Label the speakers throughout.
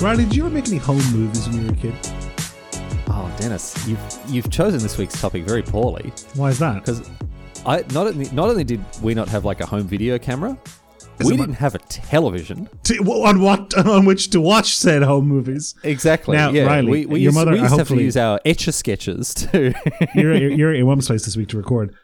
Speaker 1: Ronnie, did you ever make any home movies when you were a kid?
Speaker 2: Oh, Dennis, you've you've chosen this week's topic very poorly
Speaker 1: Why is that?
Speaker 2: because I not only not only did we not have like a home video camera,
Speaker 1: Is
Speaker 2: we
Speaker 1: it my-
Speaker 2: didn't have a television.
Speaker 1: To, well, on what on which to watch said home movies?
Speaker 2: Exactly.
Speaker 1: Now,
Speaker 2: yeah,
Speaker 1: Riley,
Speaker 2: we, we
Speaker 1: your
Speaker 2: used,
Speaker 1: mother-
Speaker 2: we used to have to
Speaker 1: hopefully-
Speaker 2: use our etch a sketches too.
Speaker 1: You're, you're, you're at your mum's place this week to record.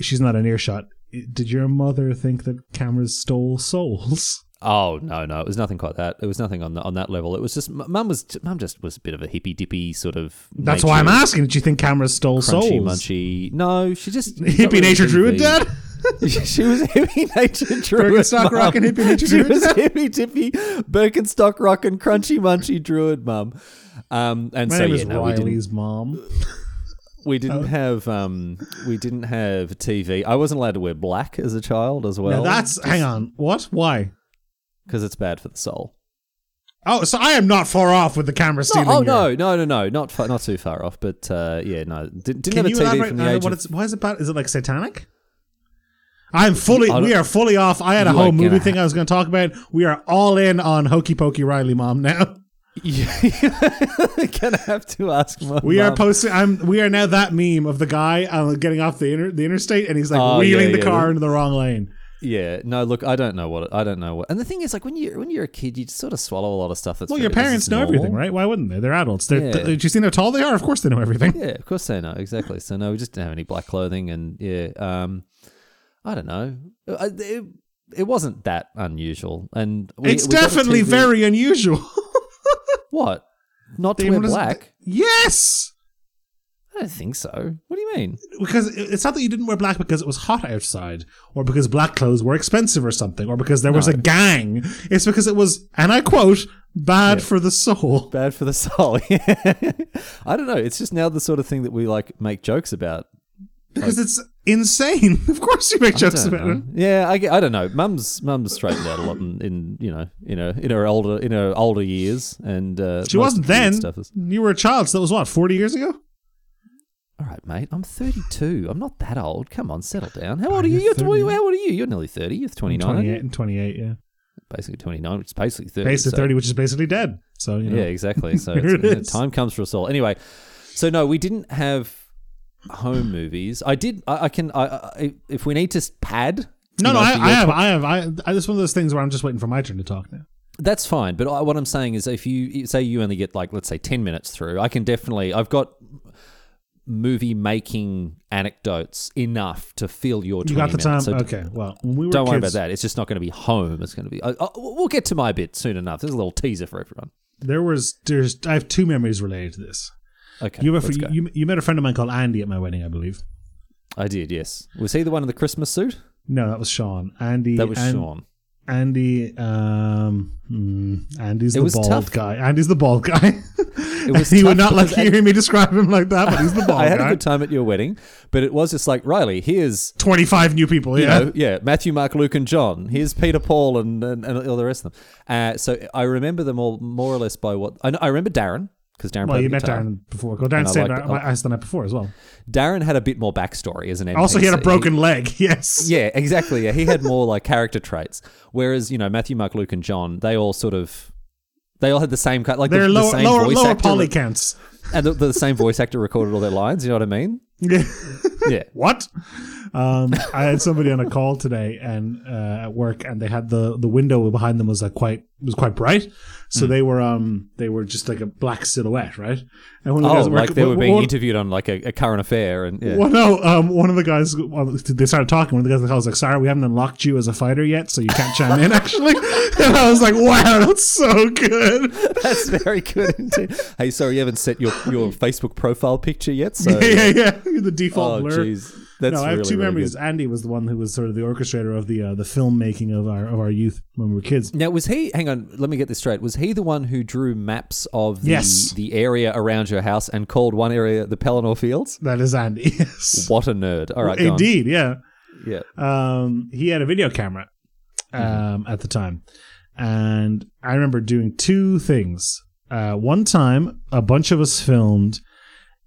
Speaker 1: She's not in earshot. Did your mother think that cameras stole souls?
Speaker 2: oh no, no, it was nothing quite that. It was nothing on the, on that level. It was just m- mum was mum just was a bit of a hippy dippy sort of.
Speaker 1: That's why I'm
Speaker 2: nature-
Speaker 1: asking. Did you think cameras stole
Speaker 2: Crunchy
Speaker 1: souls?
Speaker 2: munchy. No, she just
Speaker 1: Hippie nature druid dad?
Speaker 2: she was hippie nature druid.
Speaker 1: Birkenstock
Speaker 2: mum.
Speaker 1: rockin' hippie nature
Speaker 2: She
Speaker 1: druid
Speaker 2: was
Speaker 1: dad?
Speaker 2: hippie dippy Birkenstock rockin' crunchy munchy druid mum. Um, and
Speaker 1: My
Speaker 2: so
Speaker 1: name
Speaker 2: yeah,
Speaker 1: is Oh.
Speaker 2: no, we didn't,
Speaker 1: Riley's mom.
Speaker 2: we didn't have um, we didn't have TV. I wasn't allowed to wear black as a child as well.
Speaker 1: now that's hang on. What? Why?
Speaker 2: because it's bad for the soul.
Speaker 1: Oh, so I am not far off with the camera
Speaker 2: No,
Speaker 1: stealing.
Speaker 2: oh
Speaker 1: your-
Speaker 2: no, no, no, no, not far, not too far off. But uh, yeah, no, did, didn't
Speaker 1: Can you
Speaker 2: have a TV
Speaker 1: elaborate
Speaker 2: from
Speaker 1: on
Speaker 2: the age
Speaker 1: what
Speaker 2: of
Speaker 1: it's? Why is it about? Is it like satanic? I'm fully.
Speaker 2: I don't-
Speaker 1: We are fully off. I had a
Speaker 2: You are
Speaker 1: whole movie
Speaker 2: gonna
Speaker 1: thing I was going to talk about. We are all in on Hokey Pokey Riley Mom now.
Speaker 2: Yeah. gonna have to ask. My
Speaker 1: We
Speaker 2: mum.
Speaker 1: are posting. I'm. We are now that meme of the guy uh, getting off the inter, the interstate and he's like
Speaker 2: Oh,
Speaker 1: wheeling
Speaker 2: yeah,
Speaker 1: the
Speaker 2: yeah.
Speaker 1: car into the wrong lane.
Speaker 2: Yeah, no, look, I don't know what I don't know what. And the thing is, like when you when you're a kid, you just sort of swallow a lot of stuff. That's
Speaker 1: Well,
Speaker 2: very-
Speaker 1: your
Speaker 2: this is
Speaker 1: parents know
Speaker 2: normal.
Speaker 1: everything, right? Why wouldn't they? They're adults. They're,
Speaker 2: Yeah.
Speaker 1: th- did you see how tall they are? Of course they know everything.
Speaker 2: Yeah, of course they know exactly. So no, we just didn't have any black clothing, and yeah, um, I don't know. I- It, it wasn't that unusual, and we,
Speaker 1: it's
Speaker 2: we got a
Speaker 1: definitely
Speaker 2: TV
Speaker 1: very unusual.
Speaker 2: what not to
Speaker 1: They
Speaker 2: wear
Speaker 1: want us-
Speaker 2: black.
Speaker 1: yes,
Speaker 2: I don't think so. What do you mean?
Speaker 1: because it- it's not that you didn't wear black because it was hot outside, or because black clothes were expensive or something, or because there was
Speaker 2: No.
Speaker 1: a gang. It's because it was, and I quote, "bad for the soul."
Speaker 2: Bad for the soul. I don't know. It's just now the sort of thing that we like make jokes about.
Speaker 1: Because it's insane. of course, you make jokes
Speaker 2: Don't
Speaker 1: about
Speaker 2: know.
Speaker 1: it.
Speaker 2: Yeah, I, ge- I don't know. Mum's mum's straightened out a lot in, in you know in her in her older in her older years, and uh,
Speaker 1: She
Speaker 2: most
Speaker 1: wasn't
Speaker 2: of the weird
Speaker 1: then.
Speaker 2: Stuff is,
Speaker 1: You were a child, so that was what forty years ago.
Speaker 2: All right, mate. I'm 32. I'm not that old. Come on, settle down. How old are you? You're, tw-
Speaker 1: 30.
Speaker 2: how old are you? You're nearly 30. You're 29. aren't you?
Speaker 1: and 28, yeah.
Speaker 2: Basically 29, which is basically 30.
Speaker 1: Basically
Speaker 2: so-
Speaker 1: 30, which is basically dead. So, you know.
Speaker 2: Yeah, exactly. So
Speaker 1: There
Speaker 2: it's,
Speaker 1: it is.
Speaker 2: time comes for us all. Anyway, so no, we didn't have home movies. I did. I, I can. I, I if we need to s- pad.
Speaker 1: No, no,
Speaker 2: you know,
Speaker 1: I,
Speaker 2: for your
Speaker 1: I have, I have, I I This is one of those things where I'm just waiting for my turn to talk now.
Speaker 2: That's fine, but I, what I'm saying is, if you say you only get like let's say ten minutes through, I can definitely I've got movie making anecdotes enough to fill your. 20
Speaker 1: You got the
Speaker 2: minutes,
Speaker 1: time?
Speaker 2: so d-
Speaker 1: okay. Well, when we were
Speaker 2: Don't worry about
Speaker 1: kids,
Speaker 2: that. It's just not going to be home. It's going to be. I, I, we'll get to my bit soon enough. There's a little teaser for everyone.
Speaker 1: There was, there's, I have two memories related to this.
Speaker 2: Okay,
Speaker 1: You, were,
Speaker 2: let's go.
Speaker 1: you, you met a friend of mine called Andy at my wedding, I believe.
Speaker 2: I did. Yes. Was he the one in the Christmas suit?
Speaker 1: No, that was Sean. Andy.
Speaker 2: That was
Speaker 1: An-
Speaker 2: Sean.
Speaker 1: Andy. Um, mm, Andy's
Speaker 2: It
Speaker 1: the
Speaker 2: was
Speaker 1: bald
Speaker 2: tough.
Speaker 1: guy. Andy's the bald guy.
Speaker 2: It was
Speaker 1: he
Speaker 2: tough
Speaker 1: would not like
Speaker 2: because I-
Speaker 1: hearing me describe him like that, but he's the bald
Speaker 2: I had
Speaker 1: guy.
Speaker 2: a good time at your wedding, but it was just like Riley. Here's
Speaker 1: 25 new people,
Speaker 2: you
Speaker 1: yeah.
Speaker 2: know, yeah, Matthew, Mark, Luke, and John. Here's Peter, Paul, and, and, and all the rest of them. Uh, so I remember them all more or less by what I, know, I remember Darren because Darren
Speaker 1: Well,
Speaker 2: played
Speaker 1: you
Speaker 2: the
Speaker 1: met
Speaker 2: guitar.
Speaker 1: Darren before. Well, Darren
Speaker 2: I
Speaker 1: stayed
Speaker 2: liked
Speaker 1: at
Speaker 2: it.
Speaker 1: my house the night before as well.
Speaker 2: Darren had a bit more backstory as an NPC.
Speaker 1: Also, he had a broken leg. Yes.
Speaker 2: yeah, exactly. Yeah, he had more like character traits. Whereas you know Matthew, Mark, Luke, and John, they all sort of. They all had the same kind, like the,
Speaker 1: They're
Speaker 2: the
Speaker 1: lower,
Speaker 2: same
Speaker 1: lower,
Speaker 2: voice
Speaker 1: lower
Speaker 2: actor,
Speaker 1: poly counts.
Speaker 2: and the, the same voice actor recorded all their lines. You know what I mean?
Speaker 1: Yeah.
Speaker 2: Yeah.
Speaker 1: what? Um, I had somebody on a call today and uh, at work, and they had the the window behind them was like quite was quite bright, so
Speaker 2: Hmm.
Speaker 1: they were um they were just like a black silhouette, right? And one of the
Speaker 2: Oh,
Speaker 1: guys at work-
Speaker 2: like they were
Speaker 1: one-
Speaker 2: being
Speaker 1: one-
Speaker 2: interviewed on like a, a current affair, and yeah.
Speaker 1: Well, no. Um, one of the guys, well, they started talking. One of the guys in the call was like, "Sorry, we haven't unlocked you as a fighter yet, so you can't chime in." Actually, and I was like, "Wow, that's so good."
Speaker 2: That's very good indeed. hey, sorry, you haven't set your, your Facebook profile picture yet, so
Speaker 1: yeah, yeah, yeah. The default
Speaker 2: oh
Speaker 1: blur.
Speaker 2: jeez, that's
Speaker 1: no, I have
Speaker 2: really,
Speaker 1: two
Speaker 2: really
Speaker 1: memories.
Speaker 2: good.
Speaker 1: Andy was the one who was sort of the orchestrator of the uh, the filmmaking of our of our youth when we were kids.
Speaker 2: Now, was he? Hang on, let me get this straight. Was he the one who drew maps of the,
Speaker 1: Yes.
Speaker 2: the area around your house and called one area the Pelennor Fields?
Speaker 1: That is Andy. Yes.
Speaker 2: What a nerd! All right, go on.
Speaker 1: Indeed, yeah.
Speaker 2: yeah.
Speaker 1: Um, he had a video camera um,
Speaker 2: Mm-hmm.
Speaker 1: at the time, and I remember doing two things. Uh, one time, a bunch of us filmed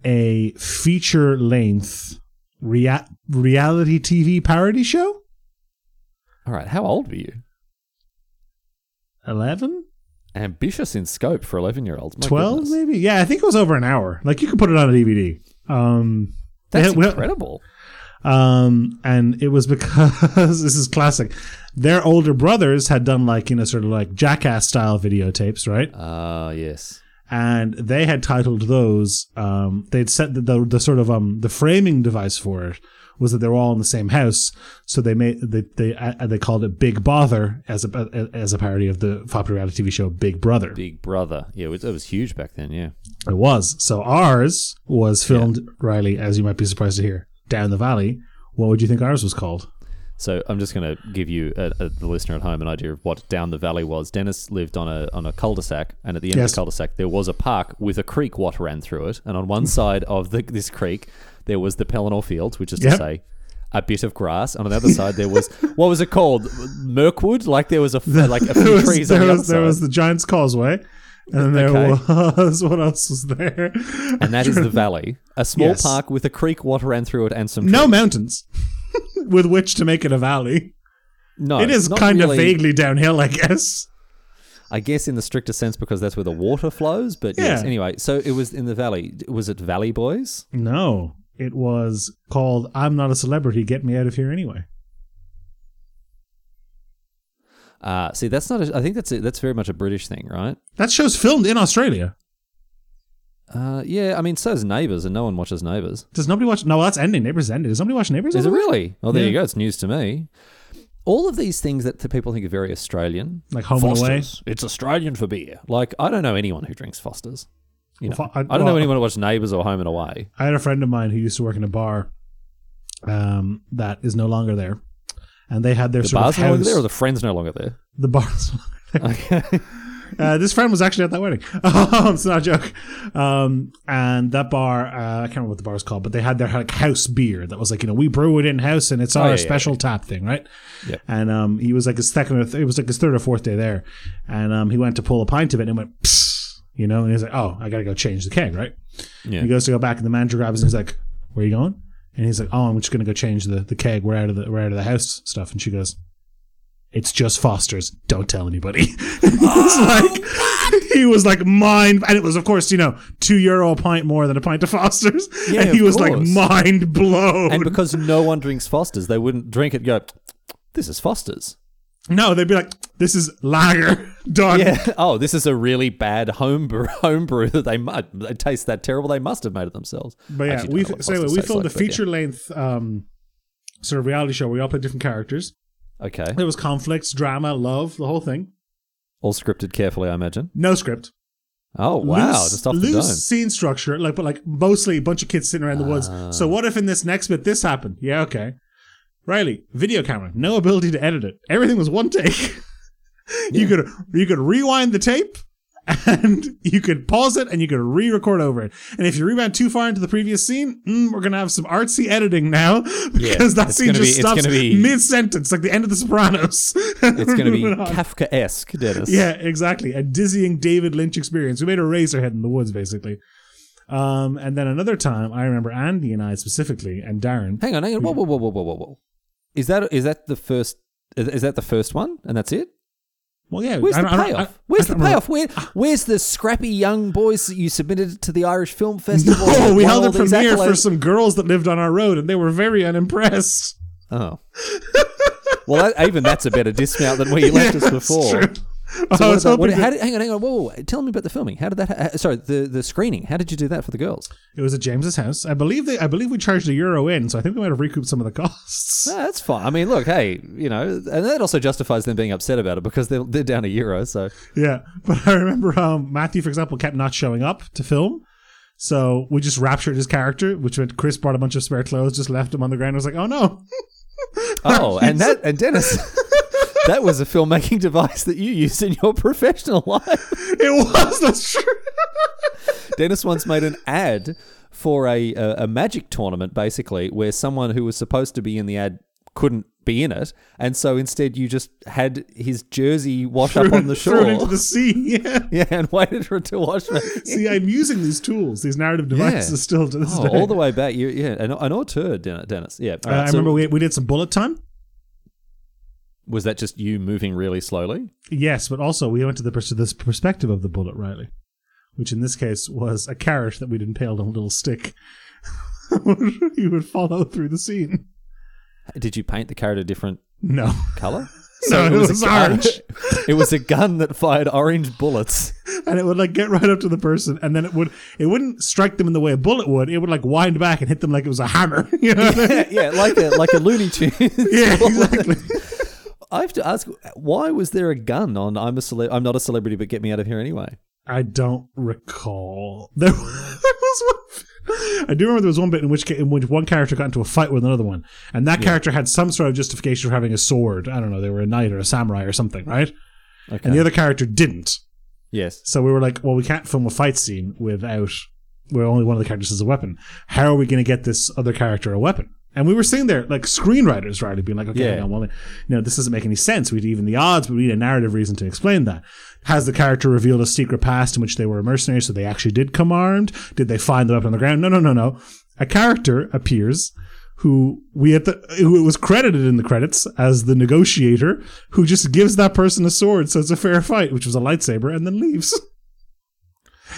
Speaker 1: a feature length rea- reality TV parody show.
Speaker 2: All right, how old were you?
Speaker 1: Eleven.
Speaker 2: ambitious in scope for 11 year olds. My
Speaker 1: 12
Speaker 2: goodness.
Speaker 1: maybe yeah i think it was over an hour like you could put it on a dvd um they
Speaker 2: That's
Speaker 1: had- we-
Speaker 2: incredible.
Speaker 1: um and it was because this is classic their older brothers had done like you know sort of like jackass style videotapes right
Speaker 2: Ah, yes.
Speaker 1: and they had titled those um they'd set the, the, the sort of um the framing device for it was that they were all in the same house so they made they they, uh, they called it big bother as a as a parody of the popular reality tv show big brother
Speaker 2: Big Brother. Yeah, it was, it was huge back then. Yeah.
Speaker 1: It was. So ours was filmed, Riley, as you might be surprised to hear, down the valley. What would you think ours was called?
Speaker 2: So I'm just going to give you, uh uh the listener at home, an idea of what down the valley was. Dennis lived on a on a cul-de-sac, and at the end of
Speaker 1: Yes.
Speaker 2: the cul-de-sac, there was a park with a creek water ran through it, and on
Speaker 1: Mm.
Speaker 2: one side of the, this creek, there was the Pelennor Fields, which is to
Speaker 1: Yep.
Speaker 2: say. A bit of grass. On the other side, there was what was it called? Mirkwood. Like there was a f- like a few trees on
Speaker 1: there,
Speaker 2: the
Speaker 1: was,
Speaker 2: other
Speaker 1: there was
Speaker 2: side,
Speaker 1: the Giants Causeway. And then there
Speaker 2: Okay.
Speaker 1: was what else was there?
Speaker 2: and that is the valley. A small
Speaker 1: Yes.
Speaker 2: park with a creek water ran through it and some.
Speaker 1: No
Speaker 2: trees.
Speaker 1: mountains with which to make it a valley.
Speaker 2: no,
Speaker 1: it is
Speaker 2: Oh, not
Speaker 1: kind of
Speaker 2: really.
Speaker 1: vaguely downhill, I guess.
Speaker 2: I guess in the stricter sense because that's where the water flows. But yes,
Speaker 1: Yeah.
Speaker 2: anyway, so it was in the valley. Was it Valley Boys?
Speaker 1: No, it was called "I'm Not a Celebrity, Get Me Out of Here Anyway."
Speaker 2: Uh, see, that's not. A, I think that's a, that's very much a British thing, right?
Speaker 1: That show's filmed in Australia.
Speaker 2: Uh, yeah, I mean, so's Neighbours, and no one watches Neighbours.
Speaker 1: Does nobody watch? No, that's ending. Neighbours is ending. Does nobody watch Neighbours?
Speaker 2: Is it really? Oh, there
Speaker 1: Yeah.
Speaker 2: you go. It's news to me. All of these things that the people think are very Australian,
Speaker 1: Like Home and Away.
Speaker 2: It's Australian for beer. Like I don't know anyone who drinks Fosters. You know,
Speaker 1: Fo-
Speaker 2: I,
Speaker 1: I-
Speaker 2: don't know
Speaker 1: well,
Speaker 2: anyone who watches Neighbours or Home and Away.
Speaker 1: I had a friend of mine who used to work in a bar um, that is no longer there, and they had their
Speaker 2: The
Speaker 1: sort
Speaker 2: bar's
Speaker 1: of
Speaker 2: no longer
Speaker 1: house.
Speaker 2: there, or the friends no longer there.
Speaker 1: the bars.
Speaker 2: Okay.
Speaker 1: uh, this friend was actually at that wedding. it's not a joke. Um, and that bar, uh, I can't remember what the bar is called, but they had their like house beer that was like you know we brew it in house and it's
Speaker 2: Oh,
Speaker 1: our
Speaker 2: yeah, yeah,
Speaker 1: special tap thing, right?
Speaker 2: Yep.
Speaker 1: And um, he was like his second, or th- it was like his third or fourth day there, and um, he went to pull a pint of it and it went, Psst, you know, and he was like, oh, I gotta go change the keg, right?
Speaker 2: yeah.
Speaker 1: He goes to go back, and the manager grabs him. He's like, "Where are you going?" And he's like, "Oh, I'm just gonna go change the, the keg. We're out of the we're out of the house stuff." And she goes, "It's just Foster's. Don't tell anybody."
Speaker 2: Oh.
Speaker 1: it's like he was like mind, and it was of course you know two euro a pint more than a pint of Foster's,
Speaker 2: Yeah,
Speaker 1: and he
Speaker 2: of
Speaker 1: was
Speaker 2: course.
Speaker 1: like mind blown.
Speaker 2: And because no one drinks Fosters, they wouldn't drink it. and Go, this is Fosters.
Speaker 1: no, they'd be like, "This is lager done."
Speaker 2: Yeah. Oh, this is a really bad homebrew. Homebrew that they mu- they taste that terrible. They must have made it themselves.
Speaker 1: But yeah, we so anyway, we filmed a feature length um, sort of reality show where we all played different characters.
Speaker 2: Okay,
Speaker 1: There was conflicts, drama, love, the whole thing.
Speaker 2: all scripted carefully, I imagine.
Speaker 1: No script.
Speaker 2: Oh wow,
Speaker 1: loose,
Speaker 2: just off the
Speaker 1: loose
Speaker 2: dome.
Speaker 1: scene structure, like but like mostly a bunch of kids sitting around the woods.
Speaker 2: Ah.
Speaker 1: So what if in this next bit this happened? Yeah, okay. Riley, video camera, no ability to edit it. Everything was one take. you could you could rewind the tape. And you could pause it and you could re-record over it. And if you rewind too far into the previous scene, mm, we're gonna have some artsy editing now because that
Speaker 2: it's
Speaker 1: scene
Speaker 2: gonna
Speaker 1: just
Speaker 2: be- it's
Speaker 1: stops
Speaker 2: gonna be-
Speaker 1: mid-sentence, like the end of The Sopranos.
Speaker 2: It's going to be
Speaker 1: Moving on.
Speaker 2: Kafka esque, Dennis.
Speaker 1: Yeah, exactly. A dizzying David Lynch experience. We made a Razorhead in the woods, basically. Um, and then another time, I remember Andy and I specifically, and Darren.
Speaker 2: Hang on, hang on. Whoa, whoa, whoa, whoa, whoa, whoa, whoa. Is that is that the first? Is is that the first one? And that's it.
Speaker 1: Well, yeah.
Speaker 2: Where's
Speaker 1: I
Speaker 2: the
Speaker 1: don't- I don't- I-
Speaker 2: payoff? Where's
Speaker 1: I
Speaker 2: the
Speaker 1: don't remember. Ah.
Speaker 2: payoff? Where, where's the scrappy young boys that you submitted to the Irish Film Festival?
Speaker 1: Oh,
Speaker 2: that
Speaker 1: we
Speaker 2: won
Speaker 1: held a
Speaker 2: all these
Speaker 1: premiere for
Speaker 2: accolades?
Speaker 1: some girls that lived on our road, and they were very unimpressed.
Speaker 2: Oh. well, that, even that's a better dismount than where you left us
Speaker 1: That's
Speaker 2: before.
Speaker 1: true. I
Speaker 2: So what
Speaker 1: was
Speaker 2: about, what,
Speaker 1: hoping
Speaker 2: how
Speaker 1: that-
Speaker 2: did, hang on, hang on. Whoa, whoa, whoa. Tell me about the filming. How did that? Ha- sorry, the, the screening. How did you do that for the girls?
Speaker 1: it was at James's house. I believe they. I believe we charged a euro in, so I think we might have recouped some of the costs.
Speaker 2: No, Ah, that's fine. I mean, look, hey, you know, and that also justifies them being upset about it because they're, they're down a euro. So
Speaker 1: Yeah, but I remember um, Matthew, for example, kept not showing up to film. So we just raptured his character, which meant Chris brought a bunch of spare clothes, just left him on the ground. I was like, oh no.
Speaker 2: oh, and that and Dennis, that was a filmmaking device that you used in your professional life.
Speaker 1: It was, that's true.
Speaker 2: Dennis once made an ad for a, a a magic tournament, basically, where someone who was supposed to be in the ad couldn't be in it, and so instead you just had his jersey wash up on the shore,
Speaker 1: Thrown into the sea. Yeah.
Speaker 2: yeah, and waited for it to wash. back.
Speaker 1: See, I'm using these tools, these narrative devices still to this
Speaker 2: Oh,
Speaker 1: day.
Speaker 2: all the way back, you, yeah, an, an auteur, Den- Dennis. Yeah, All
Speaker 1: Uh,
Speaker 2: right,
Speaker 1: I
Speaker 2: so-
Speaker 1: remember we, we did some bullet time.
Speaker 2: Was that just you moving really slowly?
Speaker 1: Yes, but also we went to the pers- this perspective of the bullet, Riley, which in this case was a carrot that we'd impaled on a little stick. you would follow through the scene.
Speaker 2: Did you paint the carrot a different
Speaker 1: No,
Speaker 2: color?
Speaker 1: No, it was
Speaker 2: a gun-
Speaker 1: orange.
Speaker 2: it was a gun that fired orange bullets.
Speaker 1: and it would like get right up to the person, and then it would it wouldn't strike them in the way a bullet would. It would like wind back and hit them like it was a hammer. You know what I mean?
Speaker 2: yeah, like a like a Looney Tunes.
Speaker 1: Yeah, exactly.
Speaker 2: I have to ask, why was there a gun on "I'm a cele- I'm not a celebrity, but get me out of here anyway"?
Speaker 1: I don't recall. There was, there was one. I do remember there was one bit in which ca- in which one character got into a fight with another one, and that character had some sort of justification for having a sword. I don't know, they were a knight or a samurai or something, right?
Speaker 2: Okay.
Speaker 1: And the other character didn't.
Speaker 2: yes.
Speaker 1: So we were like, well, we can't film a fight scene without where only one of the characters has a weapon. How are we going to get this other character a weapon? And we were sitting there like screenwriters, right? Being like, okay,
Speaker 2: Yeah.
Speaker 1: no, well, you know, this doesn't make any sense. We'd even the odds, but we need a narrative reason to explain that. Has the character revealed a secret past in which they were a mercenary, so they actually did come armed? Did they find the weapon on the ground? No, no, no, no. A character appears who we at the who was credited in the credits as the negotiator who just gives that person a sword, so it's a fair fight, which was a lightsaber, and then leaves.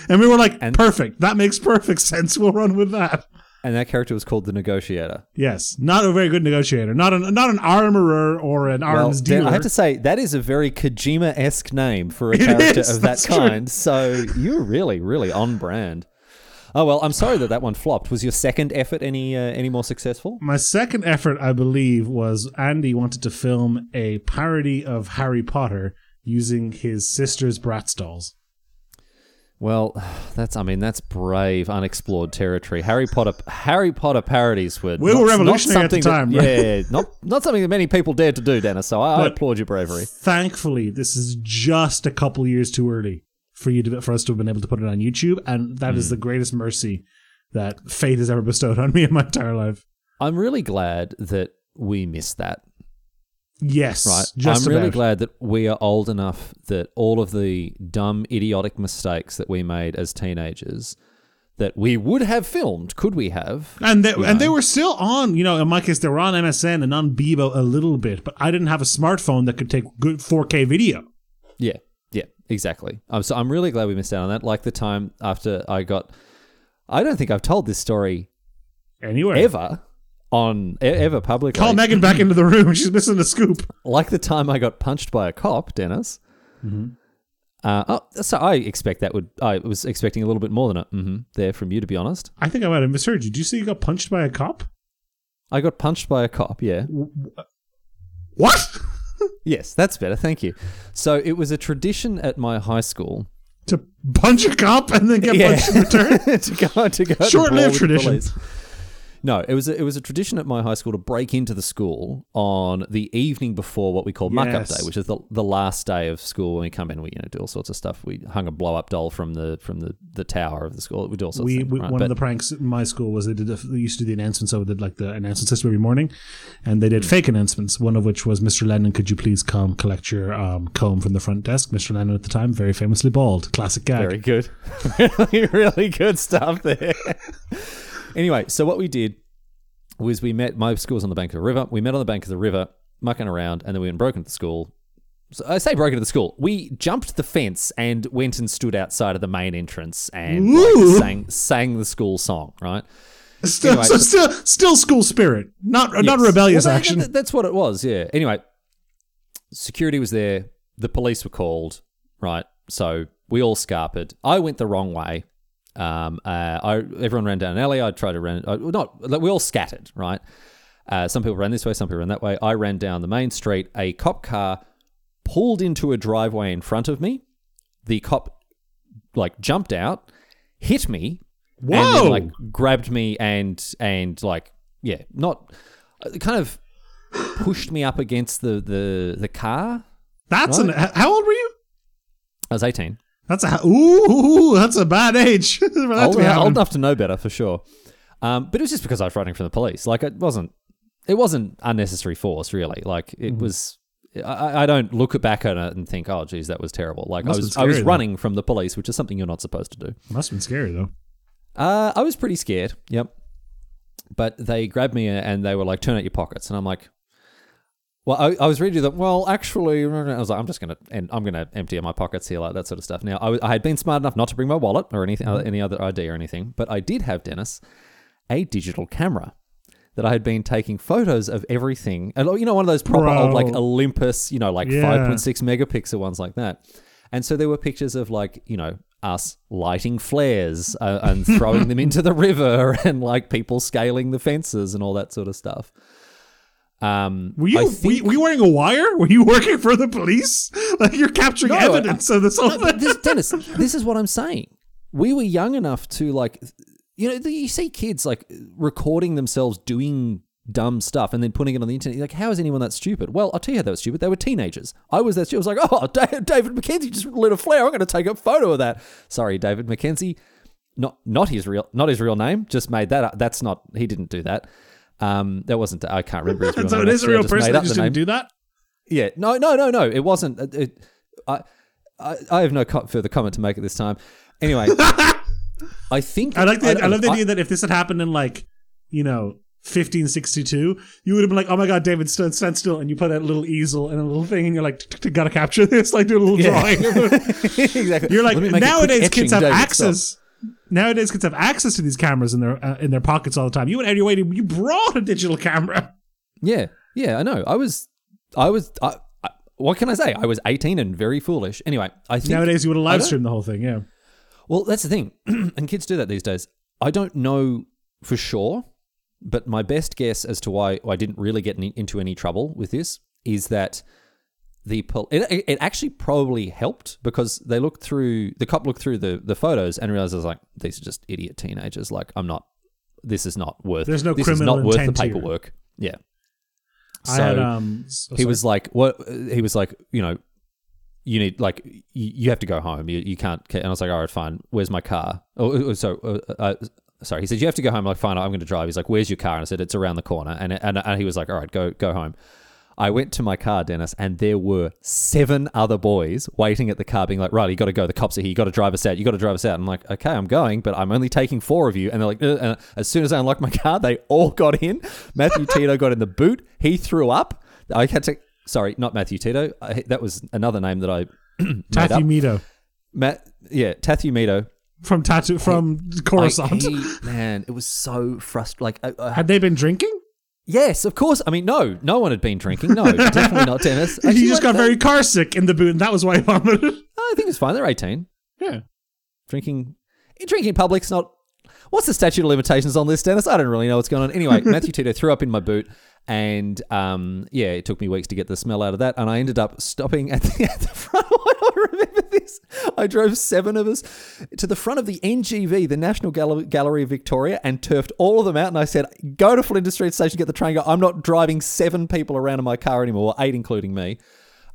Speaker 1: And we were like,
Speaker 2: And-
Speaker 1: perfect. That makes perfect sense. We'll run with that.
Speaker 2: And that character was called the Negotiator.
Speaker 1: Yes, not a very good negotiator. Not an not an armorer or an
Speaker 2: Well,
Speaker 1: arms
Speaker 2: Dan,
Speaker 1: dealer.
Speaker 2: I have to say that is a very Kojima-esque name for a
Speaker 1: It
Speaker 2: character
Speaker 1: is,
Speaker 2: of that
Speaker 1: that's true.
Speaker 2: kind. So you're really, really on brand. Oh well, I'm sorry that that one flopped. Was your second effort any uh, any more successful?
Speaker 1: My second effort, I believe, was Andy wanted to film a parody of Harry Potter using his sister's Bratz dolls.
Speaker 2: Well, that's I mean that's brave, unexplored territory. Harry Potter Harry Potter parodies were
Speaker 1: We
Speaker 2: not,
Speaker 1: were
Speaker 2: not
Speaker 1: revolutionary at the
Speaker 2: something that-
Speaker 1: time, right?
Speaker 2: yeah, not not something that many people dared to do, Dennis. So I, I
Speaker 1: But-
Speaker 2: applaud your bravery.
Speaker 1: Thankfully, this is just a couple years too early for you to, for us to have been able to put it on YouTube, and that is
Speaker 2: Hmm.
Speaker 1: the greatest mercy that fate has ever bestowed on me in my entire life.
Speaker 2: I'm really glad that we missed that.
Speaker 1: Yes,
Speaker 2: Right.
Speaker 1: Just
Speaker 2: I'm really
Speaker 1: about.
Speaker 2: glad that we are old enough that all of the dumb, idiotic mistakes that we made as teenagers that we would have filmed, could we have?
Speaker 1: And they, and they were still on, you know, in my case, they were on MSN and on Bebo a little bit, but I didn't have a smartphone that could take good 4K video.
Speaker 2: Yeah, yeah, exactly. Um, so I'm really glad we missed out on that. Like the time after I got, I don't think I've told this story
Speaker 1: Anywhere.
Speaker 2: ever on e- ever publicly.
Speaker 1: Call Megan back into the room. She's missing the scoop.
Speaker 2: like the time I got punched by a cop, Dennis. Uh, oh, so I expect that would I was expecting a little bit more than a mm there from you, to be honest.
Speaker 1: I think I might have misheard you. Did you say you got punched by a cop?
Speaker 2: I got punched by a cop. Yeah.
Speaker 1: What?
Speaker 2: Yes, that's better. Thank you. So it was a tradition at my high school
Speaker 1: to punch a cop and then get
Speaker 2: Yeah.
Speaker 1: punched in return?
Speaker 2: to go to go
Speaker 1: Short-lived
Speaker 2: to brawl with the
Speaker 1: tradition.
Speaker 2: police. No, it was a, it was a tradition at my high school to break into the school on the evening before what we call muck up
Speaker 1: Yes.
Speaker 2: day, which is the, the last day of school when we come in. We you know do all sorts of stuff. We hung a blow up doll from the from the, the tower of the school. We do all sorts
Speaker 1: we,
Speaker 2: of things.
Speaker 1: we
Speaker 2: right?
Speaker 1: one
Speaker 2: But-
Speaker 1: of the pranks in my school was they did the- they used to do the announcements over the like the announcement system every morning, and they did fake announcements. One of which was, "Mr. Lennon, could you please come collect your um, comb from the front desk?" Mr. Lennon at the time, very famously bald, classic gag.
Speaker 2: Very good. really, really good stuff there. anyway, so what we did was we met, my school's on the bank of the river. We met on the bank of the river, mucking around, and then we went and broke into the school. So I say broke into the school. We jumped the fence and went and stood outside of the main entrance and like,
Speaker 1: Ooh.
Speaker 2: sang, sang the school song, right?
Speaker 1: Still,
Speaker 2: Anyway,
Speaker 1: so
Speaker 2: so-
Speaker 1: still, still school spirit, not not
Speaker 2: Yes.
Speaker 1: rebellious
Speaker 2: Well, that-
Speaker 1: action.
Speaker 2: that- that's what it was, yeah. Anyway, security was there. The police were called, right? So we all scarpered. I went the wrong way. Um, uh, I everyone ran down an alley. I tried to run. Uh, not like, we all scattered, right? Uh, some people ran this way, some people ran that way. I ran down the main street. A cop car pulled into a driveway in front of me. The cop like jumped out, hit me, and
Speaker 1: Whoa!
Speaker 2: then, like grabbed me and and like yeah, not uh, kind of pushed me up against the the the car.
Speaker 1: that's an. h- How old were you?
Speaker 2: I was eighteen.
Speaker 1: That's a ooh, that's a bad age. for that
Speaker 2: Old,
Speaker 1: to be
Speaker 2: old
Speaker 1: happening.
Speaker 2: enough to know better for sure. Um, but it was just because I was running from the police. Like it wasn't it wasn't unnecessary force really. Like it
Speaker 1: Mm.
Speaker 2: was. I- I, I don't look back on it and think, oh, geez, that was terrible. Like
Speaker 1: Must've
Speaker 2: I was
Speaker 1: been
Speaker 2: I was
Speaker 1: scary, though.
Speaker 2: running from the police, which is something you're not supposed to do.
Speaker 1: Must have been scary though.
Speaker 2: Uh, I was pretty scared. uh, Yep. But they grabbed me and they were like, "Turn out your pockets," and I'm like, Well, I, I was reading that. Well, actually, I was like, I'm just gonna and I'm gonna empty my pockets here, like that sort of stuff. Now, I, was- I had been smart enough not to bring my wallet or anything, uh, any other ID or anything, but I did have Dennis a digital camera that I had been taking photos of everything. And, oh, You know, one of those proper
Speaker 1: Bro.
Speaker 2: old like Olympus, you know, like
Speaker 1: Yeah.
Speaker 2: 5.6 megapixel ones like that. And so there were pictures of like, you know, us lighting flares uh, and throwing them into the river and like people scaling the fences and all that sort of stuff. Um,
Speaker 1: Were you,
Speaker 2: I
Speaker 1: were you-
Speaker 2: think-
Speaker 1: were you wearing a wire? Were you working for the police? Like you're capturing
Speaker 2: No,
Speaker 1: evidence of this whole
Speaker 2: No,
Speaker 1: thing.
Speaker 2: but this, Dennis, this is what I'm saying. We were young enough to like, you know, you see kids like recording themselves doing dumb stuff and then putting it on the internet. You're like, how is anyone that stupid? Well, I'll tell you how they were stupid. They were teenagers. I was that stupid. I was like, oh, Da- David McKenzie just lit a flare. I'm going to take a photo of that. Sorry, David McKenzie. Not not his real not his real name. Just made that up. That's not he didn't do that. Um, that wasn't I can't remember his real
Speaker 1: So
Speaker 2: name.
Speaker 1: it is a
Speaker 2: Actually, I
Speaker 1: real
Speaker 2: just
Speaker 1: person
Speaker 2: made
Speaker 1: that
Speaker 2: up
Speaker 1: just
Speaker 2: the
Speaker 1: didn't
Speaker 2: name.
Speaker 1: do that.
Speaker 2: Yeah, no, no, no, no. It wasn't. uh, It, it, I, I, I have no co- further comment to make at this time. Anyway, I think
Speaker 1: I like the I, love the
Speaker 2: I-
Speaker 1: idea that if this had happened in like you know 1562, you would have been like, oh my god, David, stand, stand still, and you put a little easel and a little thing, and you're like, "Tick, tick, gotta capture this, like do a little drawing.
Speaker 2: exactly.
Speaker 1: You're like
Speaker 2: Let me make a quick
Speaker 1: nowadays
Speaker 2: etching,
Speaker 1: kids have
Speaker 2: David, stop.
Speaker 1: access. Nowadays kids have access to these cameras in their uh, in their pockets all the time. You went out of your way to you brought a digital camera.
Speaker 2: Yeah, yeah, I know. I was, I was. I, I, what can I say? I was 18 and very foolish. Anyway, I think
Speaker 1: Nowadays you would have
Speaker 2: I
Speaker 1: live
Speaker 2: don't-
Speaker 1: streamed the whole thing. Yeah,
Speaker 2: Well, that's the thing, and kids do that these days. I don't know for sure, but my best guess as to why I didn't really get any, into any trouble with this is that the pol- it, it actually probably helped because they looked through the cop looked through the the photos and realized I was like these are just idiot teenagers. Like I'm not. This is not worth.
Speaker 1: There's no
Speaker 2: this
Speaker 1: criminal
Speaker 2: is not worth the
Speaker 1: intent here.
Speaker 2: paperwork. Yeah.
Speaker 1: I had um. so
Speaker 2: He
Speaker 1: sorry.
Speaker 2: was like, "What?" He was like, "You know, you need like you, you have to go home. You, you can't." ca-" And I was like, "All right, fine. Where's my car?" Oh, uh, so uh, uh, sorry. He said, "You have to go home." I'm like, fine. I'm going to drive. He's like, "Where's your car?" And I said, "It's around the corner." And and, and he was like, "All right, go go home." I went to my car, Dennis, and there were seven other boys waiting at the car, being like, "Right, you got to go. The cops are here. You got to drive us out. You got to drive us out." I'm like, "Okay, I'm going, but I'm only taking four of you." And they're like, "Ugh." and "As soon as I unlocked my car, they all got in. Matthew Tito got in the boot. He threw up. I had to. Sorry, not Matthew Tito. I, that was another name that I made
Speaker 1: Tathy
Speaker 2: up.
Speaker 1: Mito
Speaker 2: Matt, yeah, Tathy Mito.
Speaker 1: from Tattoo from Coruscant.
Speaker 2: Like, he- uh, man, it was so frustrating. Like, I, I
Speaker 1: had they been drinking?
Speaker 2: Yes, of course. I mean, no, no one had been drinking. No, definitely not Dennis.
Speaker 1: he
Speaker 2: Actually,
Speaker 1: just got
Speaker 2: like,
Speaker 1: very car sick in the boot, and that was why he vomited.
Speaker 2: I think it's fine. They're eighteen.
Speaker 1: yeah.
Speaker 2: Drinking, drinking in public's not. What's the statute of limitations on this, Dennis? I don't really know what's going on. Anyway, Matthew Tito threw up in my boot, and um, yeah, it took me weeks to get the smell out of that, and I ended up stopping at the, at the front. I remember this. I drove seven of us to the front of the NGV, the National Gall- Gallery of Victoria, and turfed all of them out. And I said, "Go to Flinders Street Station, get the train. Go. I'm not driving seven people around in my car anymore, eight including me."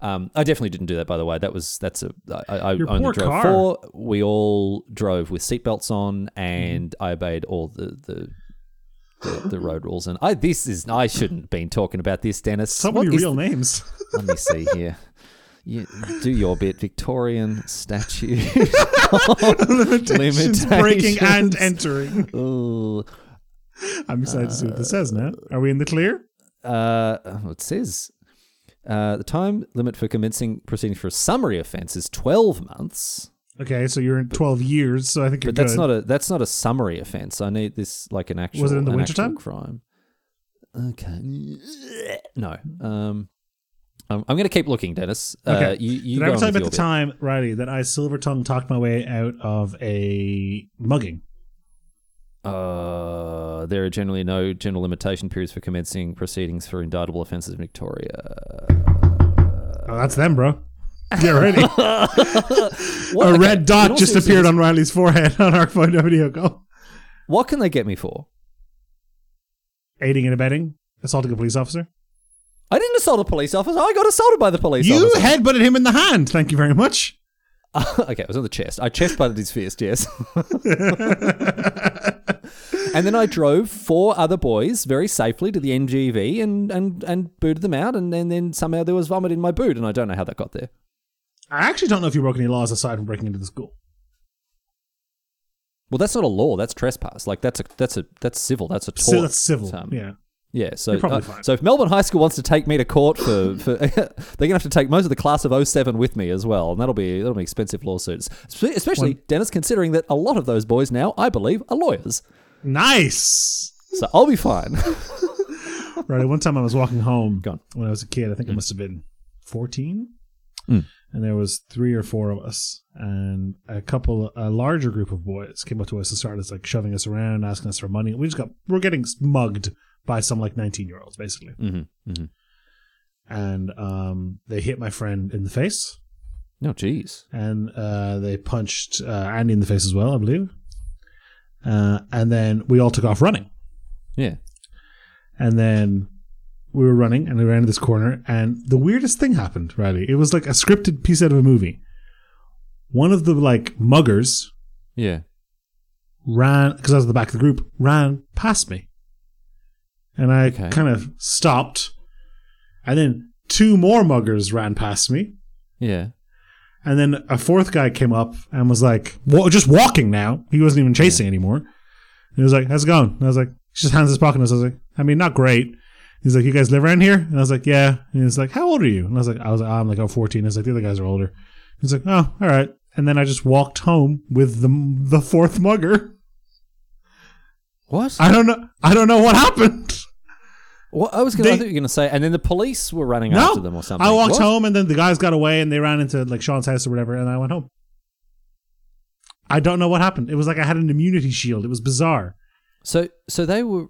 Speaker 2: Um, I definitely didn't do that, by the way. That was that's a I, I
Speaker 1: Your
Speaker 2: only
Speaker 1: poor
Speaker 2: drove
Speaker 1: car.
Speaker 2: four. We all drove with seatbelts on, and
Speaker 1: Mm-hmm.
Speaker 2: I obeyed all the the, the, the road rules. And I this is I shouldn't have been talking about this, Dennis.
Speaker 1: So many
Speaker 2: What is-
Speaker 1: real names.
Speaker 2: Let me see here. You, do your bit, Victorian statue.
Speaker 1: Limitations, breaking and
Speaker 2: Limitations.
Speaker 1: entering.
Speaker 2: Ooh.
Speaker 1: I'm excited to see what this says now. Are we in the clear?
Speaker 2: uh, oh, it says uh, the time limit for commencing proceedings for a summary offence is twelve months.
Speaker 1: Okay, so you're in 12 years, so I think you're
Speaker 2: But that's
Speaker 1: good.
Speaker 2: not a that's not a summary offence. I need this like an actual
Speaker 1: in the
Speaker 2: an
Speaker 1: wintertime?
Speaker 2: actual crime. Okay. No. Um I'm, I'm going to keep looking, Dennis. Uh,
Speaker 1: Okay.
Speaker 2: you you
Speaker 1: Did I
Speaker 2: go
Speaker 1: ever
Speaker 2: on
Speaker 1: tell you about
Speaker 2: with
Speaker 1: the
Speaker 2: your bit.
Speaker 1: time, Riley, that I silver tongue talked my way out of a mugging?
Speaker 2: Uh, there are generally no general limitation periods for commencing proceedings for indictable offences in Victoria.
Speaker 1: Oh, that's them, bro. Get ready.
Speaker 2: What,
Speaker 1: a
Speaker 2: okay,
Speaker 1: red
Speaker 2: it
Speaker 1: dot
Speaker 2: all
Speaker 1: just
Speaker 2: seems to
Speaker 1: appeared
Speaker 2: be-
Speaker 1: on Riley's forehead on our phone video call.
Speaker 2: What can they get me for?
Speaker 1: Aiding and abetting, assaulting a police officer.
Speaker 2: I didn't assault a police officer. I got assaulted by the police
Speaker 1: You
Speaker 2: officer.
Speaker 1: headbutted him in the hand. Thank you very much.
Speaker 2: okay, it was on the chest. I chest butted his fist, yes. and then I drove four other boys very safely to the NGV and and and booted them out, and, and then somehow there was vomit in my boot, and I don't know how that got there.
Speaker 1: I actually don't know if you broke any laws aside from breaking into the school.
Speaker 2: Well, that's not a law. That's trespass. Like that's a that's a that's civil. That's a tort.
Speaker 1: So that's civil.
Speaker 2: Um,
Speaker 1: yeah.
Speaker 2: Yeah, so
Speaker 1: You're probably
Speaker 2: uh,
Speaker 1: fine.
Speaker 2: so if Melbourne High School wants to take me to court for, for they're gonna have to take most of the class of 07 with me as well, and that'll be that'll be expensive lawsuits. Spe- Especially Dennis, considering that a lot of those boys now, I believe, are lawyers.
Speaker 1: Nice.
Speaker 2: So I'll be fine.
Speaker 1: Right. One time I was walking home
Speaker 2: Go on.
Speaker 1: when I was a kid. I think I must have been 14. And there was three or four of us. And a couple, a larger group of boys came up to us and started like shoving us around, asking us for money. We just got, we're getting mugged by some like 19 year olds, basically.
Speaker 2: mhm.
Speaker 1: And um, they hit my friend in the face
Speaker 2: no, jeez.
Speaker 1: and uh, they punched uh, Andy in the face as well, I believe. Uh, and then we all took off running.
Speaker 2: Yeah.
Speaker 1: And then we were running and we ran into this corner. And the weirdest thing happened, Riley. It was like a scripted piece out of a movie. One of the like muggers
Speaker 2: Yeah.
Speaker 1: ran, because I was at the back of the group, ran past me. And I
Speaker 2: Okay.
Speaker 1: kind of stopped. And then two more muggers ran past me.
Speaker 2: Yeah.
Speaker 1: And then a fourth guy came up and was like, well, just walking now. He wasn't even chasing anymore. And he was like, how's it going? And I was like, he just hands his pocket. And I was like, I mean, not great. He's like, you guys live around here? And I was like, yeah. And he's like, how old are you? And I was like, I was like, I'm like, oh, 14. He's like, the other guys are older. He's like, oh, all right. And then I just walked home with the the fourth mugger.
Speaker 2: What? I,
Speaker 1: I don't know. I don't know what happened.
Speaker 2: what? I was gonna. I
Speaker 1: They-
Speaker 2: thought you were gonna say, and then the police were running
Speaker 1: No,
Speaker 2: after them or something.
Speaker 1: I walked
Speaker 2: What?
Speaker 1: home, and then the guys got away, and they ran into like Sean's house or whatever, and I went home. I don't know what happened. It was like I had an immunity shield. It was bizarre.
Speaker 2: So so they were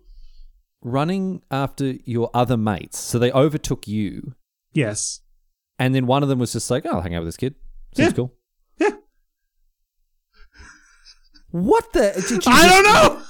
Speaker 2: running after your other mates. So they overtook you,
Speaker 1: Yes.
Speaker 2: and then one of them was just like, "Oh, I'll hang out with this kid. Seems
Speaker 1: Yeah.
Speaker 2: cool."
Speaker 1: Yeah.
Speaker 2: What the? Did you
Speaker 1: I
Speaker 2: just-
Speaker 1: don't know.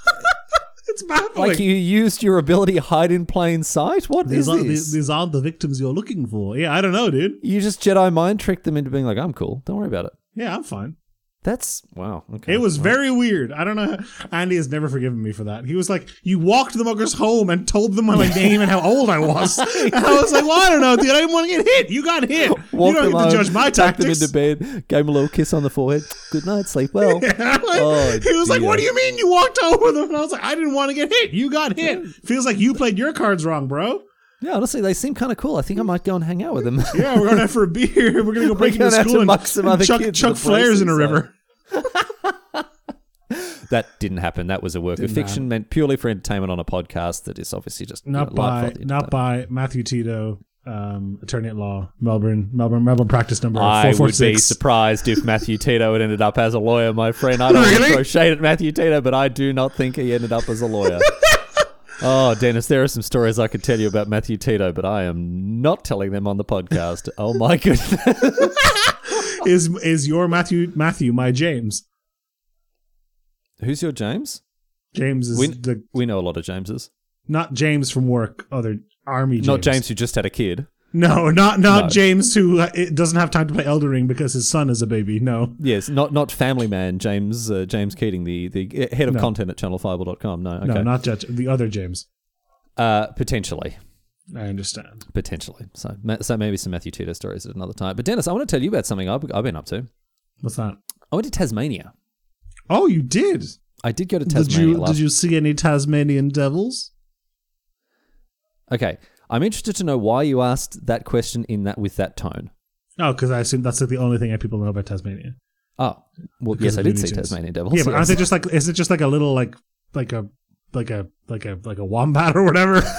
Speaker 1: it's baffling.
Speaker 2: Like you used your ability to hide in plain sight. What is
Speaker 1: these, aren't,
Speaker 2: this?
Speaker 1: these, these aren't the victims you're looking for. Yeah, I don't know, dude.
Speaker 2: you just Jedi mind tricked them into being like, "I'm cool. Don't worry about it."
Speaker 1: Yeah, I'm fine.
Speaker 2: That's wow. Okay.
Speaker 1: It was very weird. I don't know. how- Andy has never forgiven me for that. He was like, "You walked the muggers home and told them my name and how old I was." And I was like, "Well, I don't know, dude. I didn't want to get hit. You got hit.
Speaker 2: Walked
Speaker 1: you don't
Speaker 2: them
Speaker 1: get to
Speaker 2: home,
Speaker 1: judge my
Speaker 2: tucked
Speaker 1: tactics."
Speaker 2: them into bed, gave them a little kiss on the forehead. Good night, sleep well. Oh,
Speaker 1: he was like,
Speaker 2: dear.
Speaker 1: "What do you mean you walked over them?" And I was like, "I didn't want to get hit. You got hit. Feels like you played your cards wrong, bro.
Speaker 2: Yeah, honestly, they seem kind of cool. I think I might go and hang out with them.
Speaker 1: Yeah, we're going out for a beer. We're going to go break into
Speaker 2: gonna have to
Speaker 1: school and,
Speaker 2: muck some
Speaker 1: and
Speaker 2: other
Speaker 1: chuck,
Speaker 2: kids in
Speaker 1: chuck
Speaker 2: the
Speaker 1: flares in a
Speaker 2: places,
Speaker 1: river."
Speaker 2: that didn't happen. That was a work of fiction meant purely for entertainment on a podcast that is obviously just you
Speaker 1: Not
Speaker 2: know, live
Speaker 1: by
Speaker 2: for the
Speaker 1: not by Matthew Tito, um, attorney at law, Melbourne, Melbourne, Melbourne practice number four
Speaker 2: I
Speaker 1: four
Speaker 2: would be
Speaker 1: six.
Speaker 2: surprised if Matthew Tito had ended up as a lawyer, my friend. I don't want
Speaker 1: Really?
Speaker 2: to throw shade at Matthew Tito, but I do not think he ended up as a lawyer. oh, Dennis, there are some stories I could tell you about Matthew Tito, but I am not telling them on the podcast. Oh my goodness.
Speaker 1: Is is your Matthew Matthew my James?
Speaker 2: Who's your James?
Speaker 1: James is
Speaker 2: We-
Speaker 1: the
Speaker 2: We know a lot of Jameses.
Speaker 1: not James from work. Other army. James.
Speaker 2: Not James who just had a kid.
Speaker 1: No, not not
Speaker 2: No.
Speaker 1: James who uh, it doesn't have time to play Elder Ring because his son is a baby. No.
Speaker 2: Yes, not not Family Man, James uh, James Keating, the the head of
Speaker 1: No.
Speaker 2: content at channelfireball.com. No, okay.
Speaker 1: No, not judge the other James.
Speaker 2: uh, potentially.
Speaker 1: I understand.
Speaker 2: Potentially. So, ma- so maybe some Matthew Tito stories at another time. But Dennis, I want to tell you about something I've, I've been up to.
Speaker 1: What's that?
Speaker 2: I went to Tasmania.
Speaker 1: Oh, you did.
Speaker 2: I did go to
Speaker 1: Did
Speaker 2: Tasmania
Speaker 1: you
Speaker 2: last.
Speaker 1: did you see any Tasmanian devils?
Speaker 2: Okay, I'm interested to know why you asked that question in that with that tone.
Speaker 1: Oh, because I assume that's like the only thing that people know about Tasmania.
Speaker 2: Oh, well,
Speaker 1: Because
Speaker 2: yes, I
Speaker 1: of
Speaker 2: did
Speaker 1: Looney
Speaker 2: see
Speaker 1: Tunes.
Speaker 2: Tasmanian Devils.
Speaker 1: yeah, but aren't
Speaker 2: yes.
Speaker 1: they just like? Is it just like a little like like a like a like a like a wombat or whatever?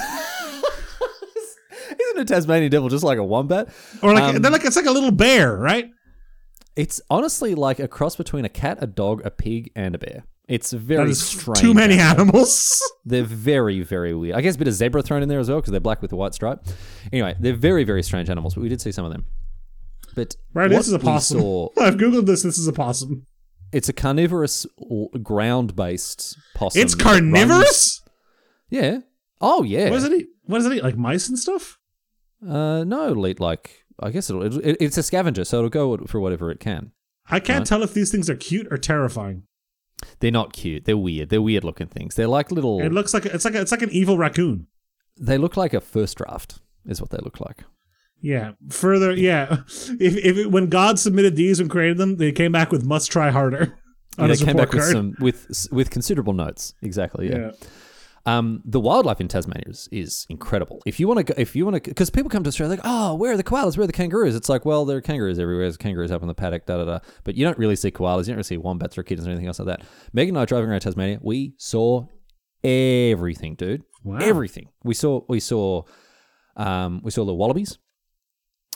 Speaker 2: isn't a Tasmanian Devil just like a wombat?
Speaker 1: Or like
Speaker 2: Um,
Speaker 1: they're like it's like a little bear, right?
Speaker 2: It's honestly like a cross between a cat, a dog, a pig, and a bear. It's very
Speaker 1: That is
Speaker 2: strange.
Speaker 1: too many animals.
Speaker 2: They're very, very weird. I guess a bit of zebra thrown in there as well because they're black with a white stripe. Anyway, they're very, very strange animals, but we did see some of them. But
Speaker 1: Right,
Speaker 2: what
Speaker 1: this is a
Speaker 2: we
Speaker 1: possum.
Speaker 2: saw-
Speaker 1: I've googled this. This is a possum.
Speaker 2: it's a carnivorous, l- ground-based possum.
Speaker 1: It's
Speaker 2: that runs-
Speaker 1: carnivorous.
Speaker 2: Yeah. Oh yeah.
Speaker 1: What does it eat? What does it eat? Like mice and stuff?
Speaker 2: Uh, no, it'll eat like I guess it'll. it'll it, it's a scavenger, so it'll go for whatever it can.
Speaker 1: I can't tell if these things are cute or terrifying.
Speaker 2: They're not cute. They're weird. They're weird looking things. They're like little.
Speaker 1: It looks like it's like it's like an evil raccoon.
Speaker 2: they look like a first draft. Is what they look like.
Speaker 1: Yeah. Further, yeah. If, if it, when God submitted these and created them, they came back with "must try harder" on
Speaker 2: Yeah,
Speaker 1: his
Speaker 2: they came
Speaker 1: report
Speaker 2: back
Speaker 1: card.
Speaker 2: with some with with considerable notes. Exactly. Yeah.
Speaker 1: yeah.
Speaker 2: Um, the wildlife in Tasmania is, is incredible. If you want to, if you want to, because people come to Australia like, oh, where are the koalas? Where are the kangaroos? It's like, well, there are kangaroos everywhere. There's kangaroos up in the paddock, da da da. But you don't really see koalas. You don't really see wombats or kittens or anything else like that. Megan and I driving around Tasmania, we saw everything, dude.
Speaker 1: Wow.
Speaker 2: Everything. We saw, we saw, um, we saw the wallabies.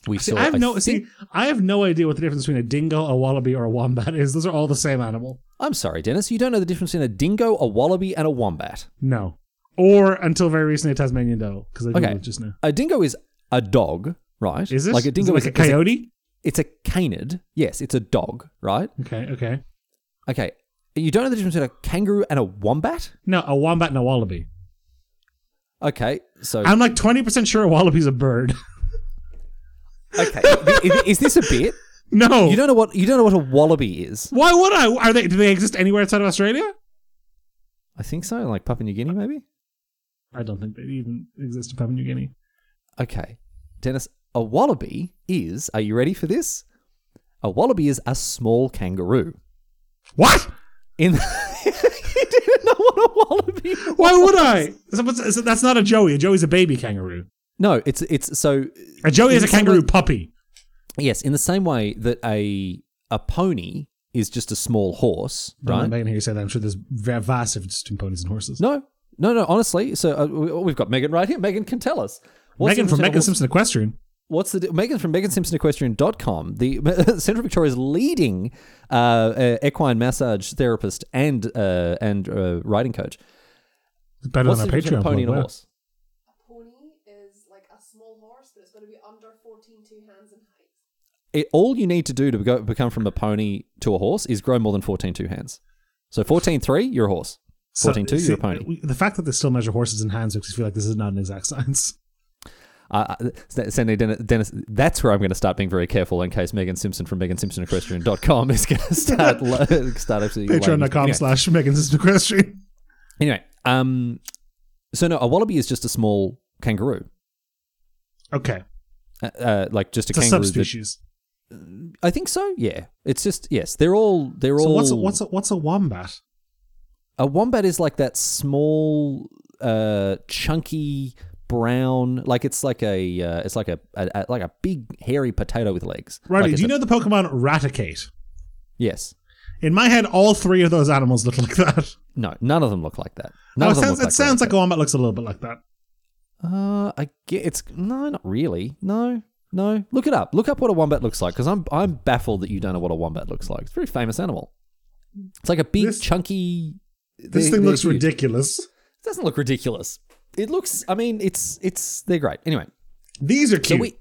Speaker 2: We
Speaker 1: See,
Speaker 2: saw.
Speaker 1: I have no
Speaker 2: think-
Speaker 1: see, I have no idea what the difference between a dingo, a wallaby, or a wombat is. Those are all the same animal.
Speaker 2: I'm sorry, Dennis. You don't know the difference in a dingo, a wallaby, and a wombat.
Speaker 1: No, or until very recently, a Tasmanian devil because I googled
Speaker 2: Okay.
Speaker 1: it just now.
Speaker 2: A dingo is a dog, right?
Speaker 1: Is this
Speaker 2: like a dingo?
Speaker 1: Is it
Speaker 2: is
Speaker 1: like a coyote?
Speaker 2: It's a, it's a canid. Yes, it's a dog, right?
Speaker 1: okay, okay.
Speaker 2: Okay. You don't know the difference between a kangaroo and a wombat?
Speaker 1: No, a wombat and a wallaby.
Speaker 2: Okay, so
Speaker 1: I'm like twenty percent sure a wallaby's a bird.
Speaker 2: okay, is, is this a bit?
Speaker 1: no,
Speaker 2: You don't know what you don't know what a wallaby is.
Speaker 1: why would I? Are they? Do they exist anywhere outside of Australia?
Speaker 2: I think so, like Papua New Guinea, maybe.
Speaker 1: I don't think they even exist in Papua New Guinea.
Speaker 2: Okay, Dennis, a wallaby is. Are you ready for this? A wallaby is a small kangaroo.
Speaker 1: What?
Speaker 2: In you didn't know what a wallaby.
Speaker 1: Why would I? So what's- so That's not a joey. A joey's a baby kangaroo.
Speaker 2: No, it's it's so
Speaker 1: A joey is a
Speaker 2: Is it something-
Speaker 1: kangaroo puppy.
Speaker 2: Yes, in the same way that a a pony is just a small horse,
Speaker 1: Don't let
Speaker 2: right?
Speaker 1: Megan hear you say that. I'm sure there's va- vast difference between ponies and horses.
Speaker 2: No, no, no. Honestly, so uh, we- we've got Megan right here. Megan can tell us. What's
Speaker 1: Megan
Speaker 2: the
Speaker 1: from Megan
Speaker 2: difference between a horse-
Speaker 1: Simpson Equestrian.
Speaker 2: What's the di- Megan from MeganSimpsonEquestrian.com, the Central Victoria's leading uh, uh, equine massage therapist and uh, and uh, riding coach.
Speaker 1: It's better
Speaker 2: What's the
Speaker 1: than our
Speaker 2: difference
Speaker 1: Patreon.
Speaker 2: between a
Speaker 1: plug,
Speaker 2: pony and a
Speaker 1: wow.
Speaker 2: horse?
Speaker 3: A pony is like a small horse, but it's going to be under 14 two hands in height.
Speaker 2: It, all you need to do to go, become from a pony to a horse is grow more than 14 two hands. So 14.3, you're a horse.
Speaker 1: So,
Speaker 2: 14.2, you're
Speaker 1: see,
Speaker 2: a pony.
Speaker 1: we- The fact that they still measure horses in hands makes me feel like this is not an exact science.
Speaker 2: Uh, uh, Sandy Dennis, Dennis, that's where I'm going to start being very careful in case Megan Simpson from MeganSimpsonEquestrian.com is going to start lo- start absolutely
Speaker 1: Patreon.com
Speaker 2: anyway,
Speaker 1: slash Megan Simpson Equestrian.
Speaker 2: Anyway, um, so no, a wallaby is just a small kangaroo,
Speaker 1: Okay.
Speaker 2: uh, uh, like just a
Speaker 1: It's a
Speaker 2: kangaroo. that-
Speaker 1: subspecies.
Speaker 2: I think so. Yeah, it's just yes, they're all they're
Speaker 1: So
Speaker 2: all.
Speaker 1: what's a, what's a, what's a wombat?
Speaker 2: a wombat is like that small, uh, chunky brown, like it's like a uh, it's like a, a, a like a big hairy potato with legs.
Speaker 1: Riley,
Speaker 2: Like it's
Speaker 1: do you
Speaker 2: a-
Speaker 1: know the Pokemon Raticate?
Speaker 2: Yes.
Speaker 1: In my head, all three of those animals look like that.
Speaker 2: No, none of them look like that.
Speaker 1: No, Oh,
Speaker 2: None
Speaker 1: it
Speaker 2: of them
Speaker 1: sounds,
Speaker 2: look
Speaker 1: it sounds
Speaker 2: that.
Speaker 1: like a wombat looks a little bit like that.
Speaker 2: Uh, I get it's no, not really. No, no. Look it up. Look up what a wombat looks like because I'm I'm baffled that you don't know what a wombat looks like. It's a very famous animal. It's like a big
Speaker 1: This-
Speaker 2: chunky.
Speaker 1: This
Speaker 2: they're-
Speaker 1: thing
Speaker 2: they're
Speaker 1: looks
Speaker 2: huge.
Speaker 1: ridiculous.
Speaker 2: It doesn't look ridiculous. It looks. I mean, it's it's they're great. Anyway,
Speaker 1: These are
Speaker 2: so
Speaker 1: cute.
Speaker 2: we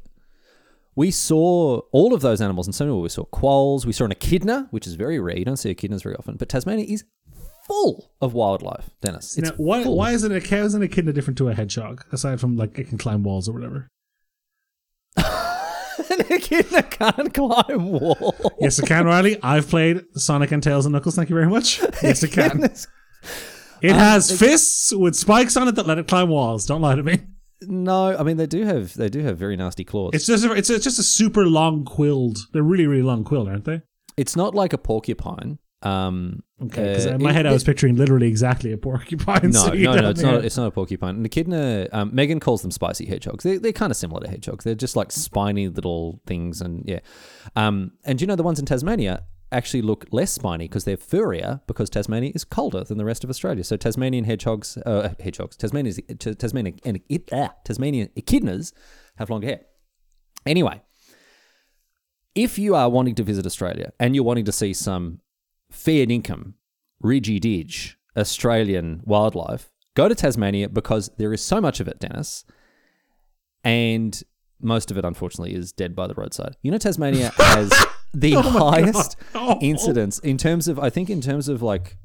Speaker 2: we saw all of those animals in so many ways. We saw quolls. We saw an echidna, which is very rare. You don't see echidnas very often. But Tasmania is full of wildlife, Dennis. It's
Speaker 1: now, why,
Speaker 2: full.
Speaker 1: why isn't a cow isn't a kidney different to a hedgehog? Aside from like it can climb walls or whatever.
Speaker 2: an echidna can't climb walls.
Speaker 1: Yes, it can, Riley. I've played Sonic and Tails and Knuckles. Thank you very much. Yes, it can. It has fists with spikes on it that let it climb walls. Don't lie to me.
Speaker 2: No, I mean they do have they do have very nasty claws.
Speaker 1: It's just a, it's, it's just a super long quilled. They're really really long quilled, aren't they?
Speaker 2: it's not like a porcupine. Um,
Speaker 1: Okay. Because
Speaker 2: uh,
Speaker 1: in my
Speaker 2: it-
Speaker 1: head, I was
Speaker 2: it-
Speaker 1: picturing literally exactly a porcupine.
Speaker 2: no,
Speaker 1: so you
Speaker 2: no, no,
Speaker 1: don't-
Speaker 2: it's
Speaker 1: yeah.
Speaker 2: not. It's not a porcupine. An echidna. Um, Megan calls them spicy hedgehogs. They, they're kind of similar to hedgehogs. They're just like spiny little things, and yeah. Um, and do you know the ones in Tasmania actually look less spiny because they're furrier because Tasmania is colder than the rest of Australia. So Tasmanian hedgehogs, uh, hedgehogs, Tasmanian, Tasmanian, and uh, Tasmanian echidnas have longer hair. Anyway, if you are wanting to visit Australia and you're wanting to see some fair dinkum, ridgy didge Australian wildlife, go to Tasmania because there is so much of it, Dennis. And most of it, unfortunately, is dead by the roadside. You know, Tasmania has the highest
Speaker 1: Oh.
Speaker 2: incidence in terms of, I think, in terms of like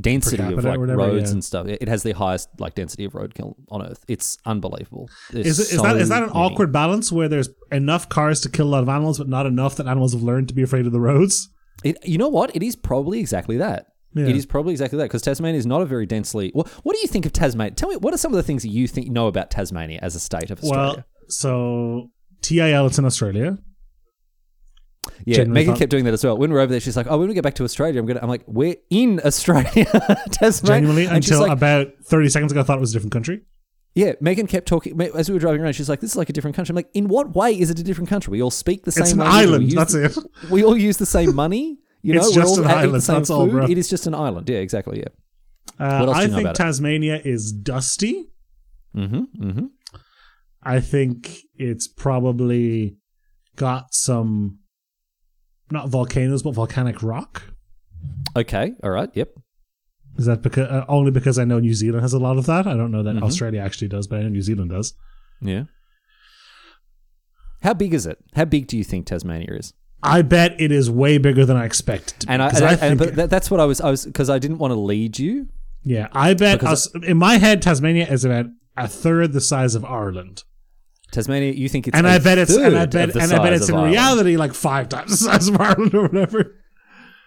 Speaker 2: density of
Speaker 1: capita or
Speaker 2: like
Speaker 1: whatever,
Speaker 2: roads
Speaker 1: yeah.
Speaker 2: and stuff. It it has the highest like density of roadkill on Earth. It's unbelievable. There's
Speaker 1: Is, it, is
Speaker 2: so
Speaker 1: that is that an
Speaker 2: many.
Speaker 1: awkward balance where there's enough cars to kill a lot of animals, but not enough that animals have learned to be afraid of the roads?
Speaker 2: It, you know what? It is probably exactly that.
Speaker 1: Yeah.
Speaker 2: It is probably exactly that because Tasmania is not a very densely. Well, what do you think of Tasmania? Tell me, what are some of the things that you think know about Tasmania as a state of Australia?
Speaker 1: Well, so TIL it's in Australia.
Speaker 2: Yeah,
Speaker 1: Generally
Speaker 2: Megan
Speaker 1: thought-
Speaker 2: kept doing that as well. When we we're over there, she's like, "Oh, when we get back to Australia, I'm gonna." I'm like, "We're in Australia, Tasmania."
Speaker 1: Genuinely,
Speaker 2: And she's
Speaker 1: until
Speaker 2: like,
Speaker 1: about 30 seconds ago, I thought it was a different country.
Speaker 2: yeah, Megan kept talking Ma- as we were driving around. She's like, "This is like a different country." I'm like, "In what way is it a different country? We all speak the same.
Speaker 1: It's an
Speaker 2: language. We
Speaker 1: island.
Speaker 2: use
Speaker 1: That's
Speaker 2: the-
Speaker 1: it.
Speaker 2: We all use the same money. You know,
Speaker 1: It's
Speaker 2: we
Speaker 1: just
Speaker 2: all
Speaker 1: an
Speaker 2: eat the
Speaker 1: island,
Speaker 2: same
Speaker 1: that's all,
Speaker 2: food.
Speaker 1: bro.
Speaker 2: It is just an island. Yeah, exactly. Yeah.
Speaker 1: Uh,
Speaker 2: else do
Speaker 1: I
Speaker 2: you know
Speaker 1: think
Speaker 2: about it?
Speaker 1: Tasmania is dusty.
Speaker 2: Mm-hmm. Mm-hmm.
Speaker 1: I think it's probably got some, not volcanoes, but volcanic rock.
Speaker 2: Okay. All right. Yep.
Speaker 1: Is that because uh, only because I know New Zealand has a lot of that? I don't know that
Speaker 2: Mm-hmm.
Speaker 1: Australia actually does, but I know New Zealand does.
Speaker 2: Yeah. How big is it? How big do you think Tasmania is?
Speaker 1: I bet it is way bigger than I expected. to be,
Speaker 2: And I,
Speaker 1: 'cause
Speaker 2: and, I-
Speaker 1: think,
Speaker 2: and- but that, that's what I was I was because I didn't want to lead you.
Speaker 1: yeah, I bet
Speaker 2: because
Speaker 1: us, in my head Tasmania is about a third the size of Ireland,
Speaker 2: Tasmania, you think it's
Speaker 1: and
Speaker 2: I
Speaker 1: I bet it's and I bet
Speaker 2: the
Speaker 1: and I bet
Speaker 2: size
Speaker 1: it's
Speaker 2: of
Speaker 1: in
Speaker 2: Ireland.
Speaker 1: reality like five times the size of Ireland or whatever.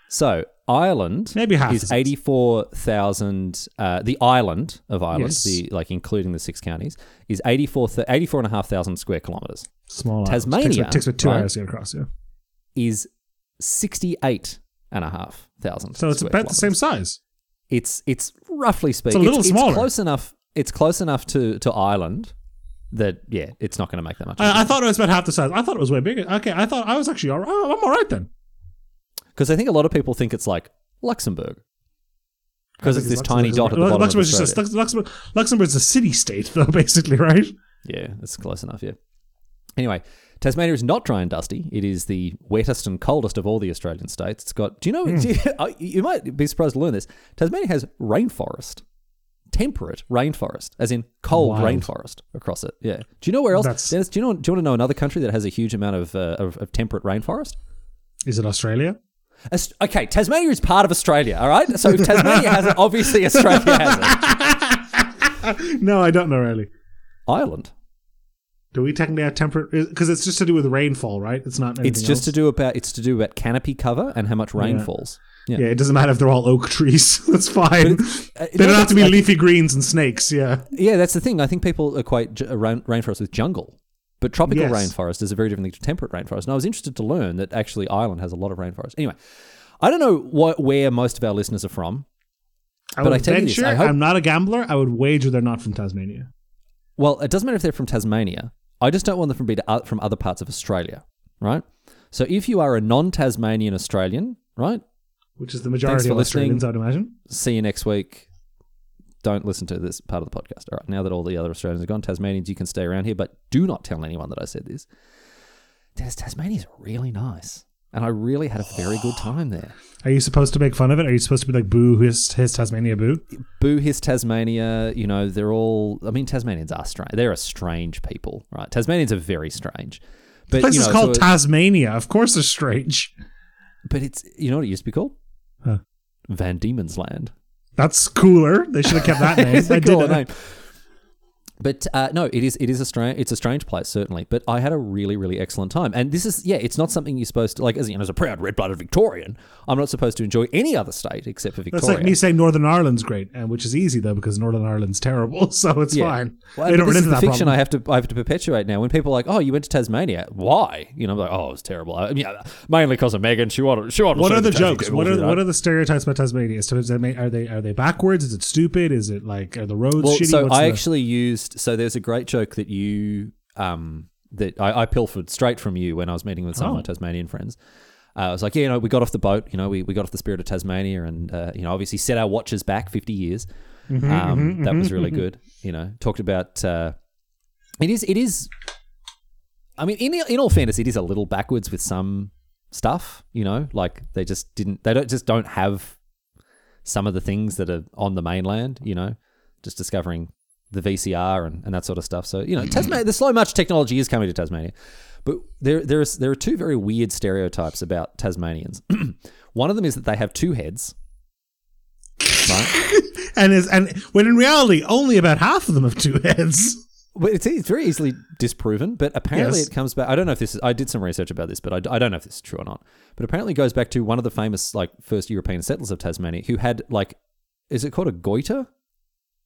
Speaker 2: So Ireland
Speaker 1: Maybe half the
Speaker 2: is
Speaker 1: size.
Speaker 2: eighty four thousand. Uh, the island of Ireland,
Speaker 1: Yes.
Speaker 2: the like including the six counties, is 84, 84 and a half thousand square kilometers.
Speaker 1: Small
Speaker 2: Tasmania,
Speaker 1: takes, about- takes about two
Speaker 2: right?
Speaker 1: hours to get across. Yeah,
Speaker 2: Is sixty eight and a half thousand.
Speaker 1: so it's
Speaker 2: square
Speaker 1: about the
Speaker 2: kilometers.
Speaker 1: same size.
Speaker 2: It's it's roughly speaking.
Speaker 1: little smaller.
Speaker 2: close enough. It's close enough to to Ireland that yeah, it's not going to make that much.
Speaker 1: I, I thought it was about half the size. I thought it was way bigger. Okay, I thought I was actually all right. Oh, I'm all right then.
Speaker 2: Because I think a lot of people think it's like Luxembourg. Because it's this tiny dot at the
Speaker 1: Lu-
Speaker 2: bottom
Speaker 1: Luxembourg's
Speaker 2: of
Speaker 1: just
Speaker 2: Australia.
Speaker 1: Lux- Luxembourg. Luxembourg's a city state, though, basically, right?
Speaker 2: Yeah, it's close enough, yeah. Anyway, Tasmania is not dry and dusty. It is the wettest and coldest of all the Australian states. It's got, do you know,
Speaker 1: Hmm.
Speaker 2: do you, I- you might be surprised to learn this. Tasmania has rainforest, temperate rainforest, as in cold
Speaker 1: Wild.
Speaker 2: rainforest across it. Yeah. Do you know where else?
Speaker 1: That's-
Speaker 2: Dennis, do you, know, do you want to know another country that has a huge amount of, uh, of, of temperate rainforest?
Speaker 1: Is it Australia?
Speaker 2: Ast- Okay, Tasmania is part of Australia, all right? So if Tasmania has it, obviously Australia has it.
Speaker 1: No, I don't know really.
Speaker 2: Ireland.
Speaker 1: Do we technically have temperate? Because it's just to do with rainfall, right? It's not. Anything
Speaker 2: It's just
Speaker 1: else.
Speaker 2: to do about it's to do about canopy cover and how much rain falls. Yeah.
Speaker 1: Yeah. it doesn't matter if they're all oak trees. That's fine.
Speaker 2: uh,
Speaker 1: they
Speaker 2: no,
Speaker 1: don't have to
Speaker 2: that's
Speaker 1: be
Speaker 2: like-
Speaker 1: leafy greens and snakes. Yeah,
Speaker 2: Yeah, that's the thing. I think people equate j- uh, rain- rainforest with jungle, but tropical
Speaker 1: Yes.
Speaker 2: rainforest is a very different thing to temperate rainforest. And I was interested to learn that actually Ireland has a lot of rainforest. Anyway, I don't know what, where most of our listeners are from.
Speaker 1: I
Speaker 2: But
Speaker 1: would
Speaker 2: I tell you this,
Speaker 1: venture.
Speaker 2: I hope-
Speaker 1: I'm not a gambler. I would wager they're not from Tasmania.
Speaker 2: Well, it doesn't matter if they're from Tasmania. I just don't want them from being uh, from other parts of Australia, right? So if you are a non-Tasmanian Australian, right?
Speaker 1: Which is the majority
Speaker 2: for
Speaker 1: of Australians,
Speaker 2: listening.
Speaker 1: I would imagine.
Speaker 2: see you next week. Don't listen to this part of the podcast. All right, now that all the other Australians are gone, Tasmanians, you can stay around here, but do not tell anyone that I said this. Dennis, Tasmania's really nice. And I really had a very good time there.
Speaker 1: Are you supposed to make fun of it? Are you supposed to be like, "Boo, his, his Tasmania, boo"?
Speaker 2: Boo hiss Tasmania, you know, they're all, I mean, Tasmanians are strange. They're a strange people, right? Tasmanians are very strange. But,
Speaker 1: This
Speaker 2: you know,
Speaker 1: is called
Speaker 2: so-
Speaker 1: Tasmania. Of course, they're strange.
Speaker 2: but it's, you know what it used to be called?
Speaker 1: Huh.
Speaker 2: Van Diemen's Land.
Speaker 1: That's cooler. They should have kept that name.
Speaker 2: It's a
Speaker 1: I
Speaker 2: cooler
Speaker 1: did it.
Speaker 2: name. But uh, no, it is it is a strange it's a strange place certainly. But I had a really really excellent time, and this is yeah, it's not something you're supposed to like as you know, as a proud red blooded Victorian. I'm not supposed to enjoy any other state except for Victoria.
Speaker 1: That's like me saying Northern Ireland's great, and which is easy though because Northern Ireland's terrible, so it's
Speaker 2: Yeah.
Speaker 1: fine.
Speaker 2: Well,
Speaker 1: they don't
Speaker 2: but this
Speaker 1: run
Speaker 2: is
Speaker 1: into
Speaker 2: the
Speaker 1: that
Speaker 2: fiction
Speaker 1: problem.
Speaker 2: I have to I have to perpetuate now. When people are like, oh, you went to Tasmania, why? You know, I'm like, oh, it was terrible. I mean, yeah, mainly because of Megan. She wanted she wanted.
Speaker 1: what
Speaker 2: to
Speaker 1: are
Speaker 2: see
Speaker 1: the
Speaker 2: Tasmanian
Speaker 1: jokes?
Speaker 2: people,
Speaker 1: What
Speaker 2: you
Speaker 1: are
Speaker 2: know?
Speaker 1: what are the stereotypes about Tasmania? Is Tasmania- Are they are they backwards? Is it stupid? Is it like are the roads
Speaker 2: Well,
Speaker 1: shitty?
Speaker 2: so
Speaker 1: What's
Speaker 2: I
Speaker 1: the-
Speaker 2: actually used. So there's a great joke that you um that I, I pilfered straight from you when I was meeting with some of my
Speaker 1: Oh.
Speaker 2: Tasmanian friends. Uh, I was like, yeah, you know, we got off the boat. You know, we, we got off the Spirit of Tasmania, and uh, you know, obviously set our watches back 50 years.
Speaker 1: Mm-hmm,
Speaker 2: um, that was really good. You know, talked about uh, it is it is. I mean, in in all fairness, it is a little backwards with some stuff. You know, like they just didn't they don't just don't have some of the things that are on the mainland. You know, just discovering the VCR and, and that sort of stuff. So you know, Tasmania, there's so much technology is coming to Tasmania, but there there is there are two very weird stereotypes about Tasmanians. One of them is that they have two heads. Right?
Speaker 1: and is and when in reality only about half of them have two heads.
Speaker 2: Well, it's, it's very easily disproven, but apparently
Speaker 1: Yes.
Speaker 2: it comes back. I don't know if this is. I did some research about this, but I, I don't know if this is true or not. But apparently it goes back to one of the famous like first European settlers of Tasmania who had like, is it called a goiter?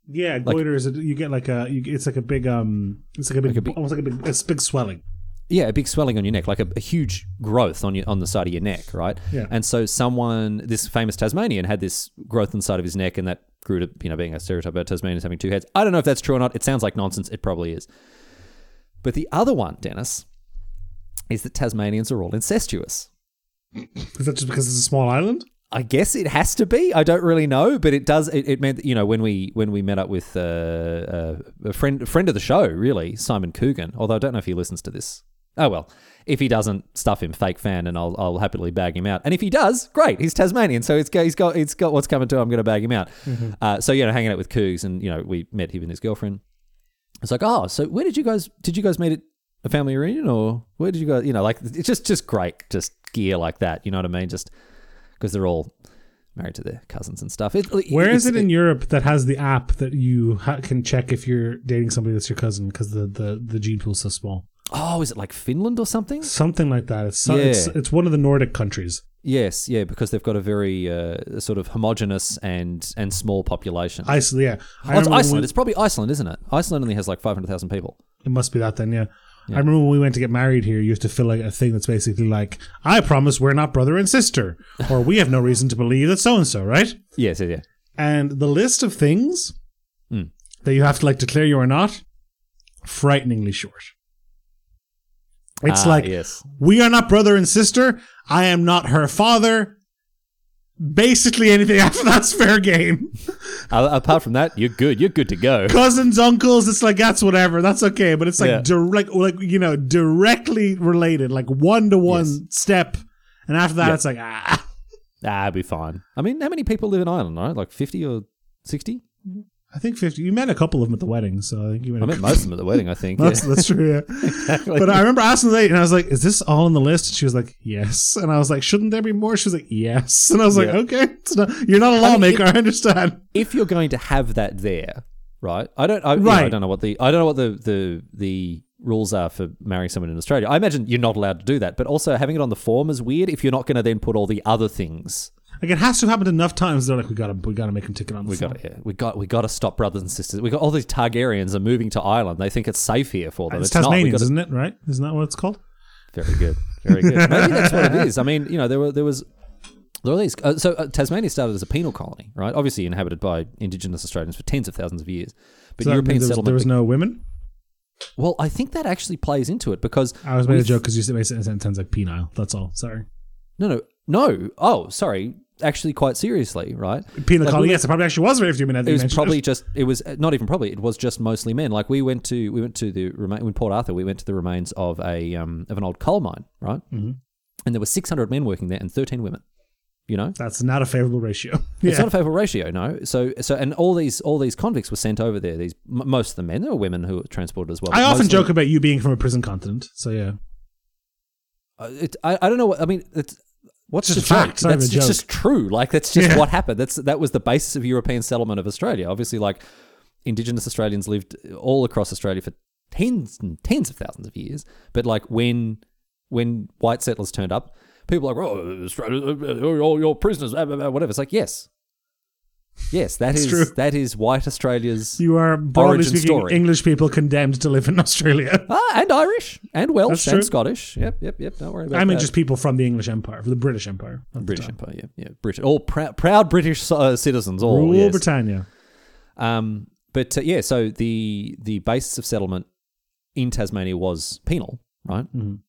Speaker 1: Yeah, goiter is a, you get like a you, it's like a big um it's like a big,
Speaker 2: Like a big-
Speaker 1: almost like a big it's big swelling.
Speaker 2: Yeah, a big swelling on your neck, like a, a huge growth on your on the side of your neck, right?
Speaker 1: Yeah.
Speaker 2: And so someone, this famous Tasmanian, had this growth on the side of his neck, and that grew to you know being a stereotype about Tasmanians having two heads. I don't know if that's true or not. It sounds like nonsense. It probably is. But the other one, Dennis, is that Tasmanians are all incestuous.
Speaker 1: Is that just because it's a small island?
Speaker 2: I guess it has to be. I don't really know, but it does. It, it meant that, you know when we when we met up with uh, uh, a friend a friend of the show, really Simon Coogan. Although I don't know if he listens to this. Oh well, if he doesn't, stuff him, fake fan, and I'll I'll happily bag him out. And if he does, great. He's Tasmanian, so it's got, he's got it's got what's coming to. him. I'm going to bag him out. Uh, so you know, hanging out with Coogs, and you know we met him and his girlfriend. It's like, oh, so where did you guys did you guys meet at a family reunion or where did you guys you know like it's just just great just gear like that you know what I mean just because they're all married to their cousins and stuff. It,
Speaker 1: Where is
Speaker 2: it's-
Speaker 1: it in Europe that has the app that you ha- can check if you're dating somebody that's your cousin because the, the, the gene pool's so small?
Speaker 2: Oh, is it like Finland or something?
Speaker 1: Something like that. It's, so, it's
Speaker 2: Yeah.
Speaker 1: it's one of the Nordic countries.
Speaker 2: Yes, yeah, because they've got a very uh, sort of homogenous and and small population.
Speaker 1: Iceland, yeah. I
Speaker 2: oh, it's
Speaker 1: remember when
Speaker 2: Iceland.
Speaker 1: we-
Speaker 2: It's probably Iceland, isn't it? Iceland only has like five hundred thousand people.
Speaker 1: It must be that then, yeah. I remember when we went to get married here, you used to fill out a thing that's basically like, I promise we're not brother and sister, or we have no reason to believe that so and so, right?
Speaker 2: Yes, yeah, yeah.
Speaker 1: And the list of things
Speaker 2: Hmm.
Speaker 1: that you have to like declare you are not, frighteningly short. It's
Speaker 2: Ah,
Speaker 1: like,
Speaker 2: yes.
Speaker 1: we are not brother and sister. I am not her father. Basically, anything after that's fair game.
Speaker 2: A- apart from that, you're good. You're good to go.
Speaker 1: Cousins, uncles, it's like that's whatever, that's okay. But it's like
Speaker 2: Yeah.
Speaker 1: direct, like you know, directly related, like one to
Speaker 2: Yes.
Speaker 1: one step. And after that,
Speaker 2: Yeah.
Speaker 1: it's like ah,
Speaker 2: Ah, I'll be fine. I mean, how many people live in Ireland? Right, like fifty or sixty.
Speaker 1: I think fifty. You met a couple of them at the wedding, so I think you met.
Speaker 2: I
Speaker 1: a
Speaker 2: met
Speaker 1: couple.
Speaker 2: most of them at the wedding. I think.
Speaker 1: That's,
Speaker 2: yeah.
Speaker 1: that's true, yeah. But I remember asking the lady, and I was like, "Is this all on the list?" And she was like, "Yes." And I was like, "Shouldn't there be more?" She was like, "Yes." And I was like,
Speaker 2: Yeah.
Speaker 1: "Okay, it's not, you're not a lawmaker. I, understand."
Speaker 2: if you're going to have that there, right? I don't. I, you know, I
Speaker 1: Right.
Speaker 2: don't know what the I don't know what the the the rules are for marrying someone in Australia. I imagine you're not allowed to do that, but also having it on the form is weird if you're not going to then put all the other things.
Speaker 1: Like it has to have happened enough times. They're like, we gotta, we gotta make him ticket on the
Speaker 2: We
Speaker 1: phone.
Speaker 2: got yeah, we got we got to stop brothers and sisters. We got all these Targaryens are moving to Ireland. They think it's safe here for them.
Speaker 1: It's
Speaker 2: It's,
Speaker 1: Tasmanians,
Speaker 2: not.
Speaker 1: isn't it? Right? Isn't that what it's called?
Speaker 2: We got very good, very good. Maybe that's what it is. I mean, you know, there were there was. There were these, uh, so uh, Tasmania started as a penal colony, right? Obviously inhabited by Indigenous Australians for tens of thousands of years, but
Speaker 1: So that
Speaker 2: European
Speaker 1: means there was,
Speaker 2: settlement
Speaker 1: there was no women.
Speaker 2: Well, I think that actually plays into it because
Speaker 1: I was made a
Speaker 2: with-
Speaker 1: joke because you said it sounds like penile. That's all. Sorry.
Speaker 2: No, no, no. Oh, sorry. Actually, quite seriously, right?
Speaker 1: Penile
Speaker 2: Like,
Speaker 1: colony.
Speaker 2: we-
Speaker 1: Yes, it probably actually was raped. You mean
Speaker 2: It was probably just. It was uh, not even probably. It was just mostly men. Like we went to we went to the remain in Port Arthur. We went to the remains of a um, of an old coal mine, right? Mm-hmm. And there were six hundred men working there and thirteen women. You know,
Speaker 1: That's not a favorable ratio.
Speaker 2: It's not a favourable ratio, no. So, so, and all these, all these convicts were sent over there. These, m- most of the men, there were women who were transported as well.
Speaker 1: I
Speaker 2: but
Speaker 1: often
Speaker 2: mostly-
Speaker 1: joke about you being from a prison continent. So yeah,
Speaker 2: Uh, it, I, I don't know what I mean. It's, what's
Speaker 1: Just
Speaker 2: the
Speaker 1: fact,
Speaker 2: joke?
Speaker 1: it's not even
Speaker 2: That's
Speaker 1: a
Speaker 2: it's just true. Like that's just
Speaker 1: Yeah.
Speaker 2: what happened. That's that was the basis of European settlement of Australia. Obviously, like Indigenous Australians lived all across Australia for tens and tens of thousands of years. But like when when white settlers turned up, people were like, oh, Australia, uh, uh, all your prisoners, blah, blah, blah," whatever. It's like yes, yes, that
Speaker 1: It's
Speaker 2: is
Speaker 1: true.
Speaker 2: that is white Australia's
Speaker 1: you are broadly
Speaker 2: Origin
Speaker 1: speaking
Speaker 2: story.
Speaker 1: English people condemned to live in Australia.
Speaker 2: ah, and Irish and Welsh
Speaker 1: That's
Speaker 2: and
Speaker 1: true.
Speaker 2: Scottish. Yep, yep, yep. Don't worry about
Speaker 1: I mean,
Speaker 2: that.
Speaker 1: just people from the English Empire, from the British Empire. at the
Speaker 2: British
Speaker 1: time.
Speaker 2: Empire, uh, yeah, yeah, British, all prou- proud British uh, citizens, all
Speaker 1: Rule
Speaker 2: yes.
Speaker 1: Britannia.
Speaker 2: Um, but uh, yeah, so the the basis of settlement in Tasmania was penal, right?
Speaker 1: Mhm.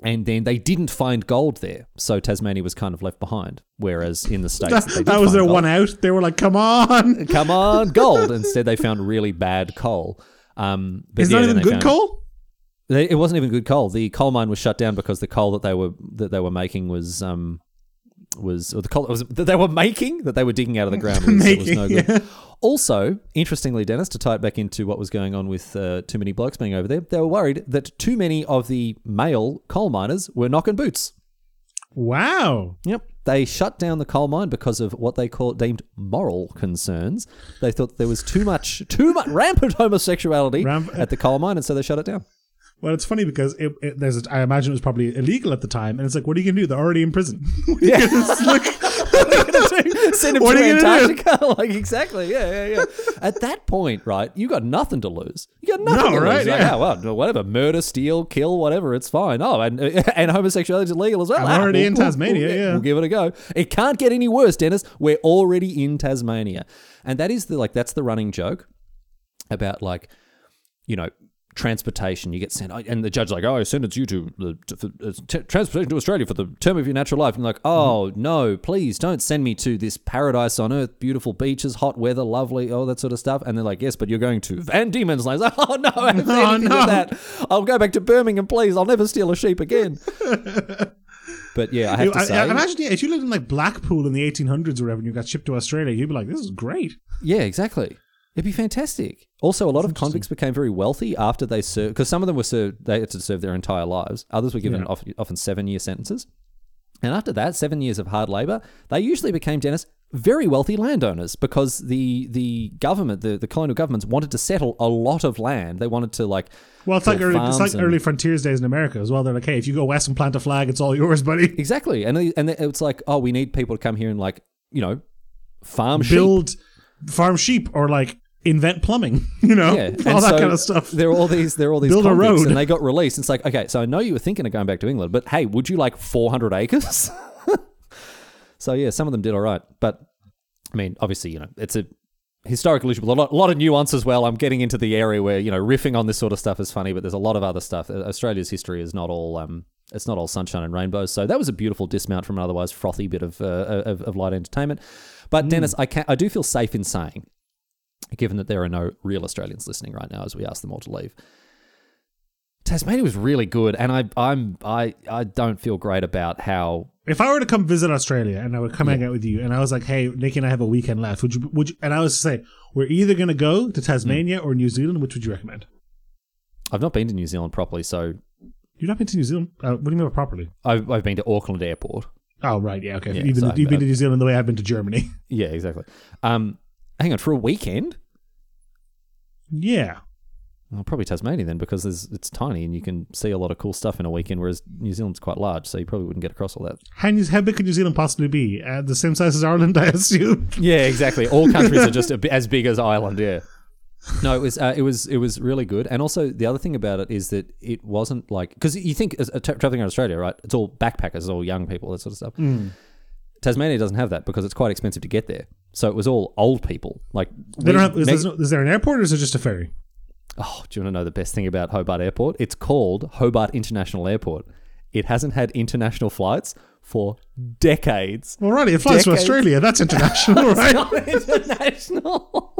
Speaker 2: And then they didn't find gold there, so Tasmania was kind of left behind. Whereas in the states, they
Speaker 1: That,
Speaker 2: did
Speaker 1: that was
Speaker 2: find
Speaker 1: their
Speaker 2: gold.
Speaker 1: one out. They were like, "Come on,
Speaker 2: Come on, gold! Instead, they found really bad coal. Um, but
Speaker 1: it's not
Speaker 2: yeah, then
Speaker 1: even
Speaker 2: they
Speaker 1: good
Speaker 2: found-
Speaker 1: coal."
Speaker 2: They, it wasn't even good coal. The coal mine was shut down because the coal that they were that they were making was um was or the coal was, that they were making that they were digging out of the ground was, was
Speaker 1: Making,
Speaker 2: no good. Also, interestingly, Dennis, to tie it back into what was going on with uh, too many blokes being over there, they were worried that too many of the male coal miners were knocking boots.
Speaker 1: Wow.
Speaker 2: Yep. They shut down the coal mine because of what they call deemed moral concerns. They thought there was too much, too much rampant homosexuality
Speaker 1: Ramp-
Speaker 2: at the coal mine, and so they shut it down.
Speaker 1: Well, it's funny because it, it, there's a, I imagine it was probably illegal at the time, and it's like, what are you gonna do? They're already in prison.
Speaker 2: Yeah. What are you gonna do? send him
Speaker 1: What
Speaker 2: to
Speaker 1: are you gonna do?
Speaker 2: Antarctica. like exactly, yeah, yeah, yeah. At that point, right, you got nothing to lose. You got nothing
Speaker 1: No,
Speaker 2: to
Speaker 1: right,
Speaker 2: lose. Like,
Speaker 1: yeah.
Speaker 2: oh, well, whatever, murder, steal, kill, whatever, it's fine. Oh, and and homosexuality is legal as well.
Speaker 1: I'm
Speaker 2: Ah,
Speaker 1: already in Tasmania,
Speaker 2: we'll-
Speaker 1: yeah.
Speaker 2: we'll give it a go. It can't get any worse, Dennis. We're already in Tasmania, and that is the like that's the running joke about like you know transportation you get sent and the judge's like oh i sentence you to the to, for, uh, t- transportation to australia for the term of your natural life and you're like
Speaker 1: Mm-hmm.
Speaker 2: oh no please don't send me to this paradise on earth beautiful beaches hot weather lovely all that sort of stuff and they're like yes but you're going to van diemen's land It's like, oh no, I haven't
Speaker 1: Oh,
Speaker 2: anything with
Speaker 1: no.
Speaker 2: that i'll go back to birmingham please i'll never steal a sheep again but yeah i have to
Speaker 1: I,
Speaker 2: say
Speaker 1: I imagine yeah, if you lived in like Blackpool in the 1800s or whatever, and you got shipped to Australia, you'd be like, "This is great."
Speaker 2: Yeah, exactly. It'd be fantastic. Also, a lot of convicts became very wealthy after they served, because some of them were served, they had to serve their entire lives. Others were given
Speaker 1: Yeah.
Speaker 2: often, often seven year sentences. And after that, seven years of hard labor, they usually became, Dennis, very wealthy landowners because the the government, the, the colonial governments wanted to settle a lot of land. They wanted to, like,
Speaker 1: Well, it's like
Speaker 2: build
Speaker 1: early, it's
Speaker 2: farms
Speaker 1: like
Speaker 2: and-
Speaker 1: early frontiers days in America as well. They're like, "Hey, if you go west and plant a flag, it's all yours, buddy."
Speaker 2: Exactly. And, they- and it's like, oh, we need people to come here and, like, you know, farm sheep.
Speaker 1: Build farm sheep or like invent plumbing, you know, all
Speaker 2: yeah, and
Speaker 1: that
Speaker 2: so
Speaker 1: kind of stuff.
Speaker 2: There are all these, there are all these
Speaker 1: Build a
Speaker 2: convicts,
Speaker 1: road.
Speaker 2: and they got released. It's like, okay, so I know you were thinking of going back to England, but hey, would you like 400 acres? so yeah, some of them did all right, but I mean, obviously, you know, it's a historical issue, but a lot, a lot of nuance as well. I'm getting into the area where you know riffing on this sort of stuff is funny, but there's a lot of other stuff. Uh, Australia's history is not all. Um, it's not all sunshine and rainbows, so that was a beautiful dismount from an otherwise frothy bit of uh, of, of light entertainment. But
Speaker 1: Hmm.
Speaker 2: Dennis, I can I do feel safe in saying given that there are no real Australians listening right now as we ask them all to leave. Tasmania was really good, and I I'm I I don't feel great about how
Speaker 1: If I were to come visit Australia and I would come hang out with you, and I was like, "Hey, Nikki and I have a weekend left," would you? Would you, and I was to say, "We're either going to go
Speaker 2: Mm.
Speaker 1: to Tasmania or New Zealand. Which would you recommend?"
Speaker 2: I've not been to New Zealand properly. So
Speaker 1: You've not been to New Zealand. Uh, what do you mean by properly?
Speaker 2: I've I've been to Auckland Airport.
Speaker 1: Oh, right, yeah, okay.
Speaker 2: Yeah,
Speaker 1: you've been,
Speaker 2: so
Speaker 1: to, you've been
Speaker 2: I'm-
Speaker 1: to New Zealand the way I've been to Germany.
Speaker 2: Yeah, exactly. Um, hang on for a weekend.
Speaker 1: yeah,
Speaker 2: Well, probably Tasmania then, because there's, it's tiny and you can see a lot of cool stuff in a weekend, whereas New Zealand's quite large, so you probably wouldn't get across all that.
Speaker 1: how, new- how big could New Zealand possibly be? Uh, the same size as Ireland, I assume.
Speaker 2: Yeah, exactly. All countries are just a bi- as big as Ireland. Yeah. No, it was uh, it was it was really good. And also the other thing about it is that it wasn't like because you think as, uh, tra- traveling around Australia, right? It's all backpackers, it's all young people, that sort of stuff.
Speaker 1: Mm.
Speaker 2: Tasmania doesn't have that because it's quite expensive to get there. So it was all old people. Like
Speaker 1: They
Speaker 2: we-
Speaker 1: don't have, is,
Speaker 2: Meg-
Speaker 1: there's no- is there an airport or is it just a ferry?
Speaker 2: Oh, do you want to know the best thing about Hobart Airport? It's called Hobart International Airport. It hasn't had international flights for decades.
Speaker 1: Well, right, it flies to
Speaker 2: Decades.
Speaker 1: Australia. That's international, right?
Speaker 2: international.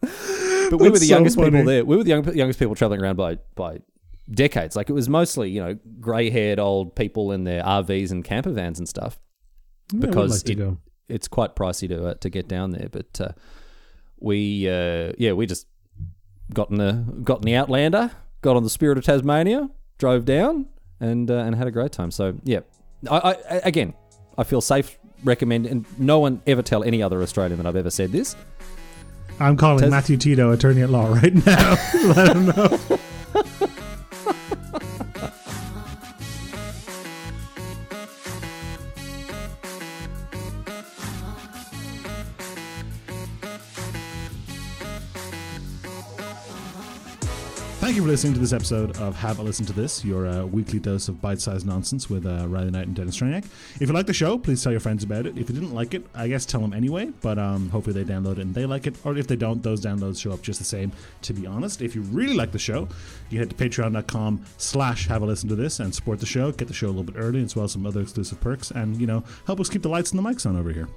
Speaker 2: but we were
Speaker 1: That's
Speaker 2: the
Speaker 1: so
Speaker 2: youngest people
Speaker 1: funny.
Speaker 2: there. We were the young, youngest people traveling around by by decades. Like it was mostly you know grey haired old people in their RVs and camper vans and stuff. Because
Speaker 1: like to
Speaker 2: it-
Speaker 1: go.
Speaker 2: It's quite pricey to uh, to get down there, but uh, we uh, yeah we just got in the got in the Outlander, got on the Spirit of Tasmania, drove down, and uh, and had a great time. So yeah, I, I I- again I feel safe. Recommend and no one ever tell any other Australian that I've ever said this.
Speaker 1: I'm calling
Speaker 2: Tas-
Speaker 1: Matthew Tito, attorney at law, right now. Let him know. Thank you for listening to this episode of Have a Listen to This, your uh, weekly dose of bite sized nonsense with uh, Riley Knight and Dennis Traniak. If you like the show, please tell your friends about it. If you didn't like it, I guess tell them anyway, but um, hopefully they download it and they like it. Or if they don't, those downloads show up just the same, to be honest. If you really like the show, you head to patreon.com slash have a listen to this and support the show, get the show a little bit early, as well as some other exclusive perks, and, you know, help us keep the lights and the mics on over here.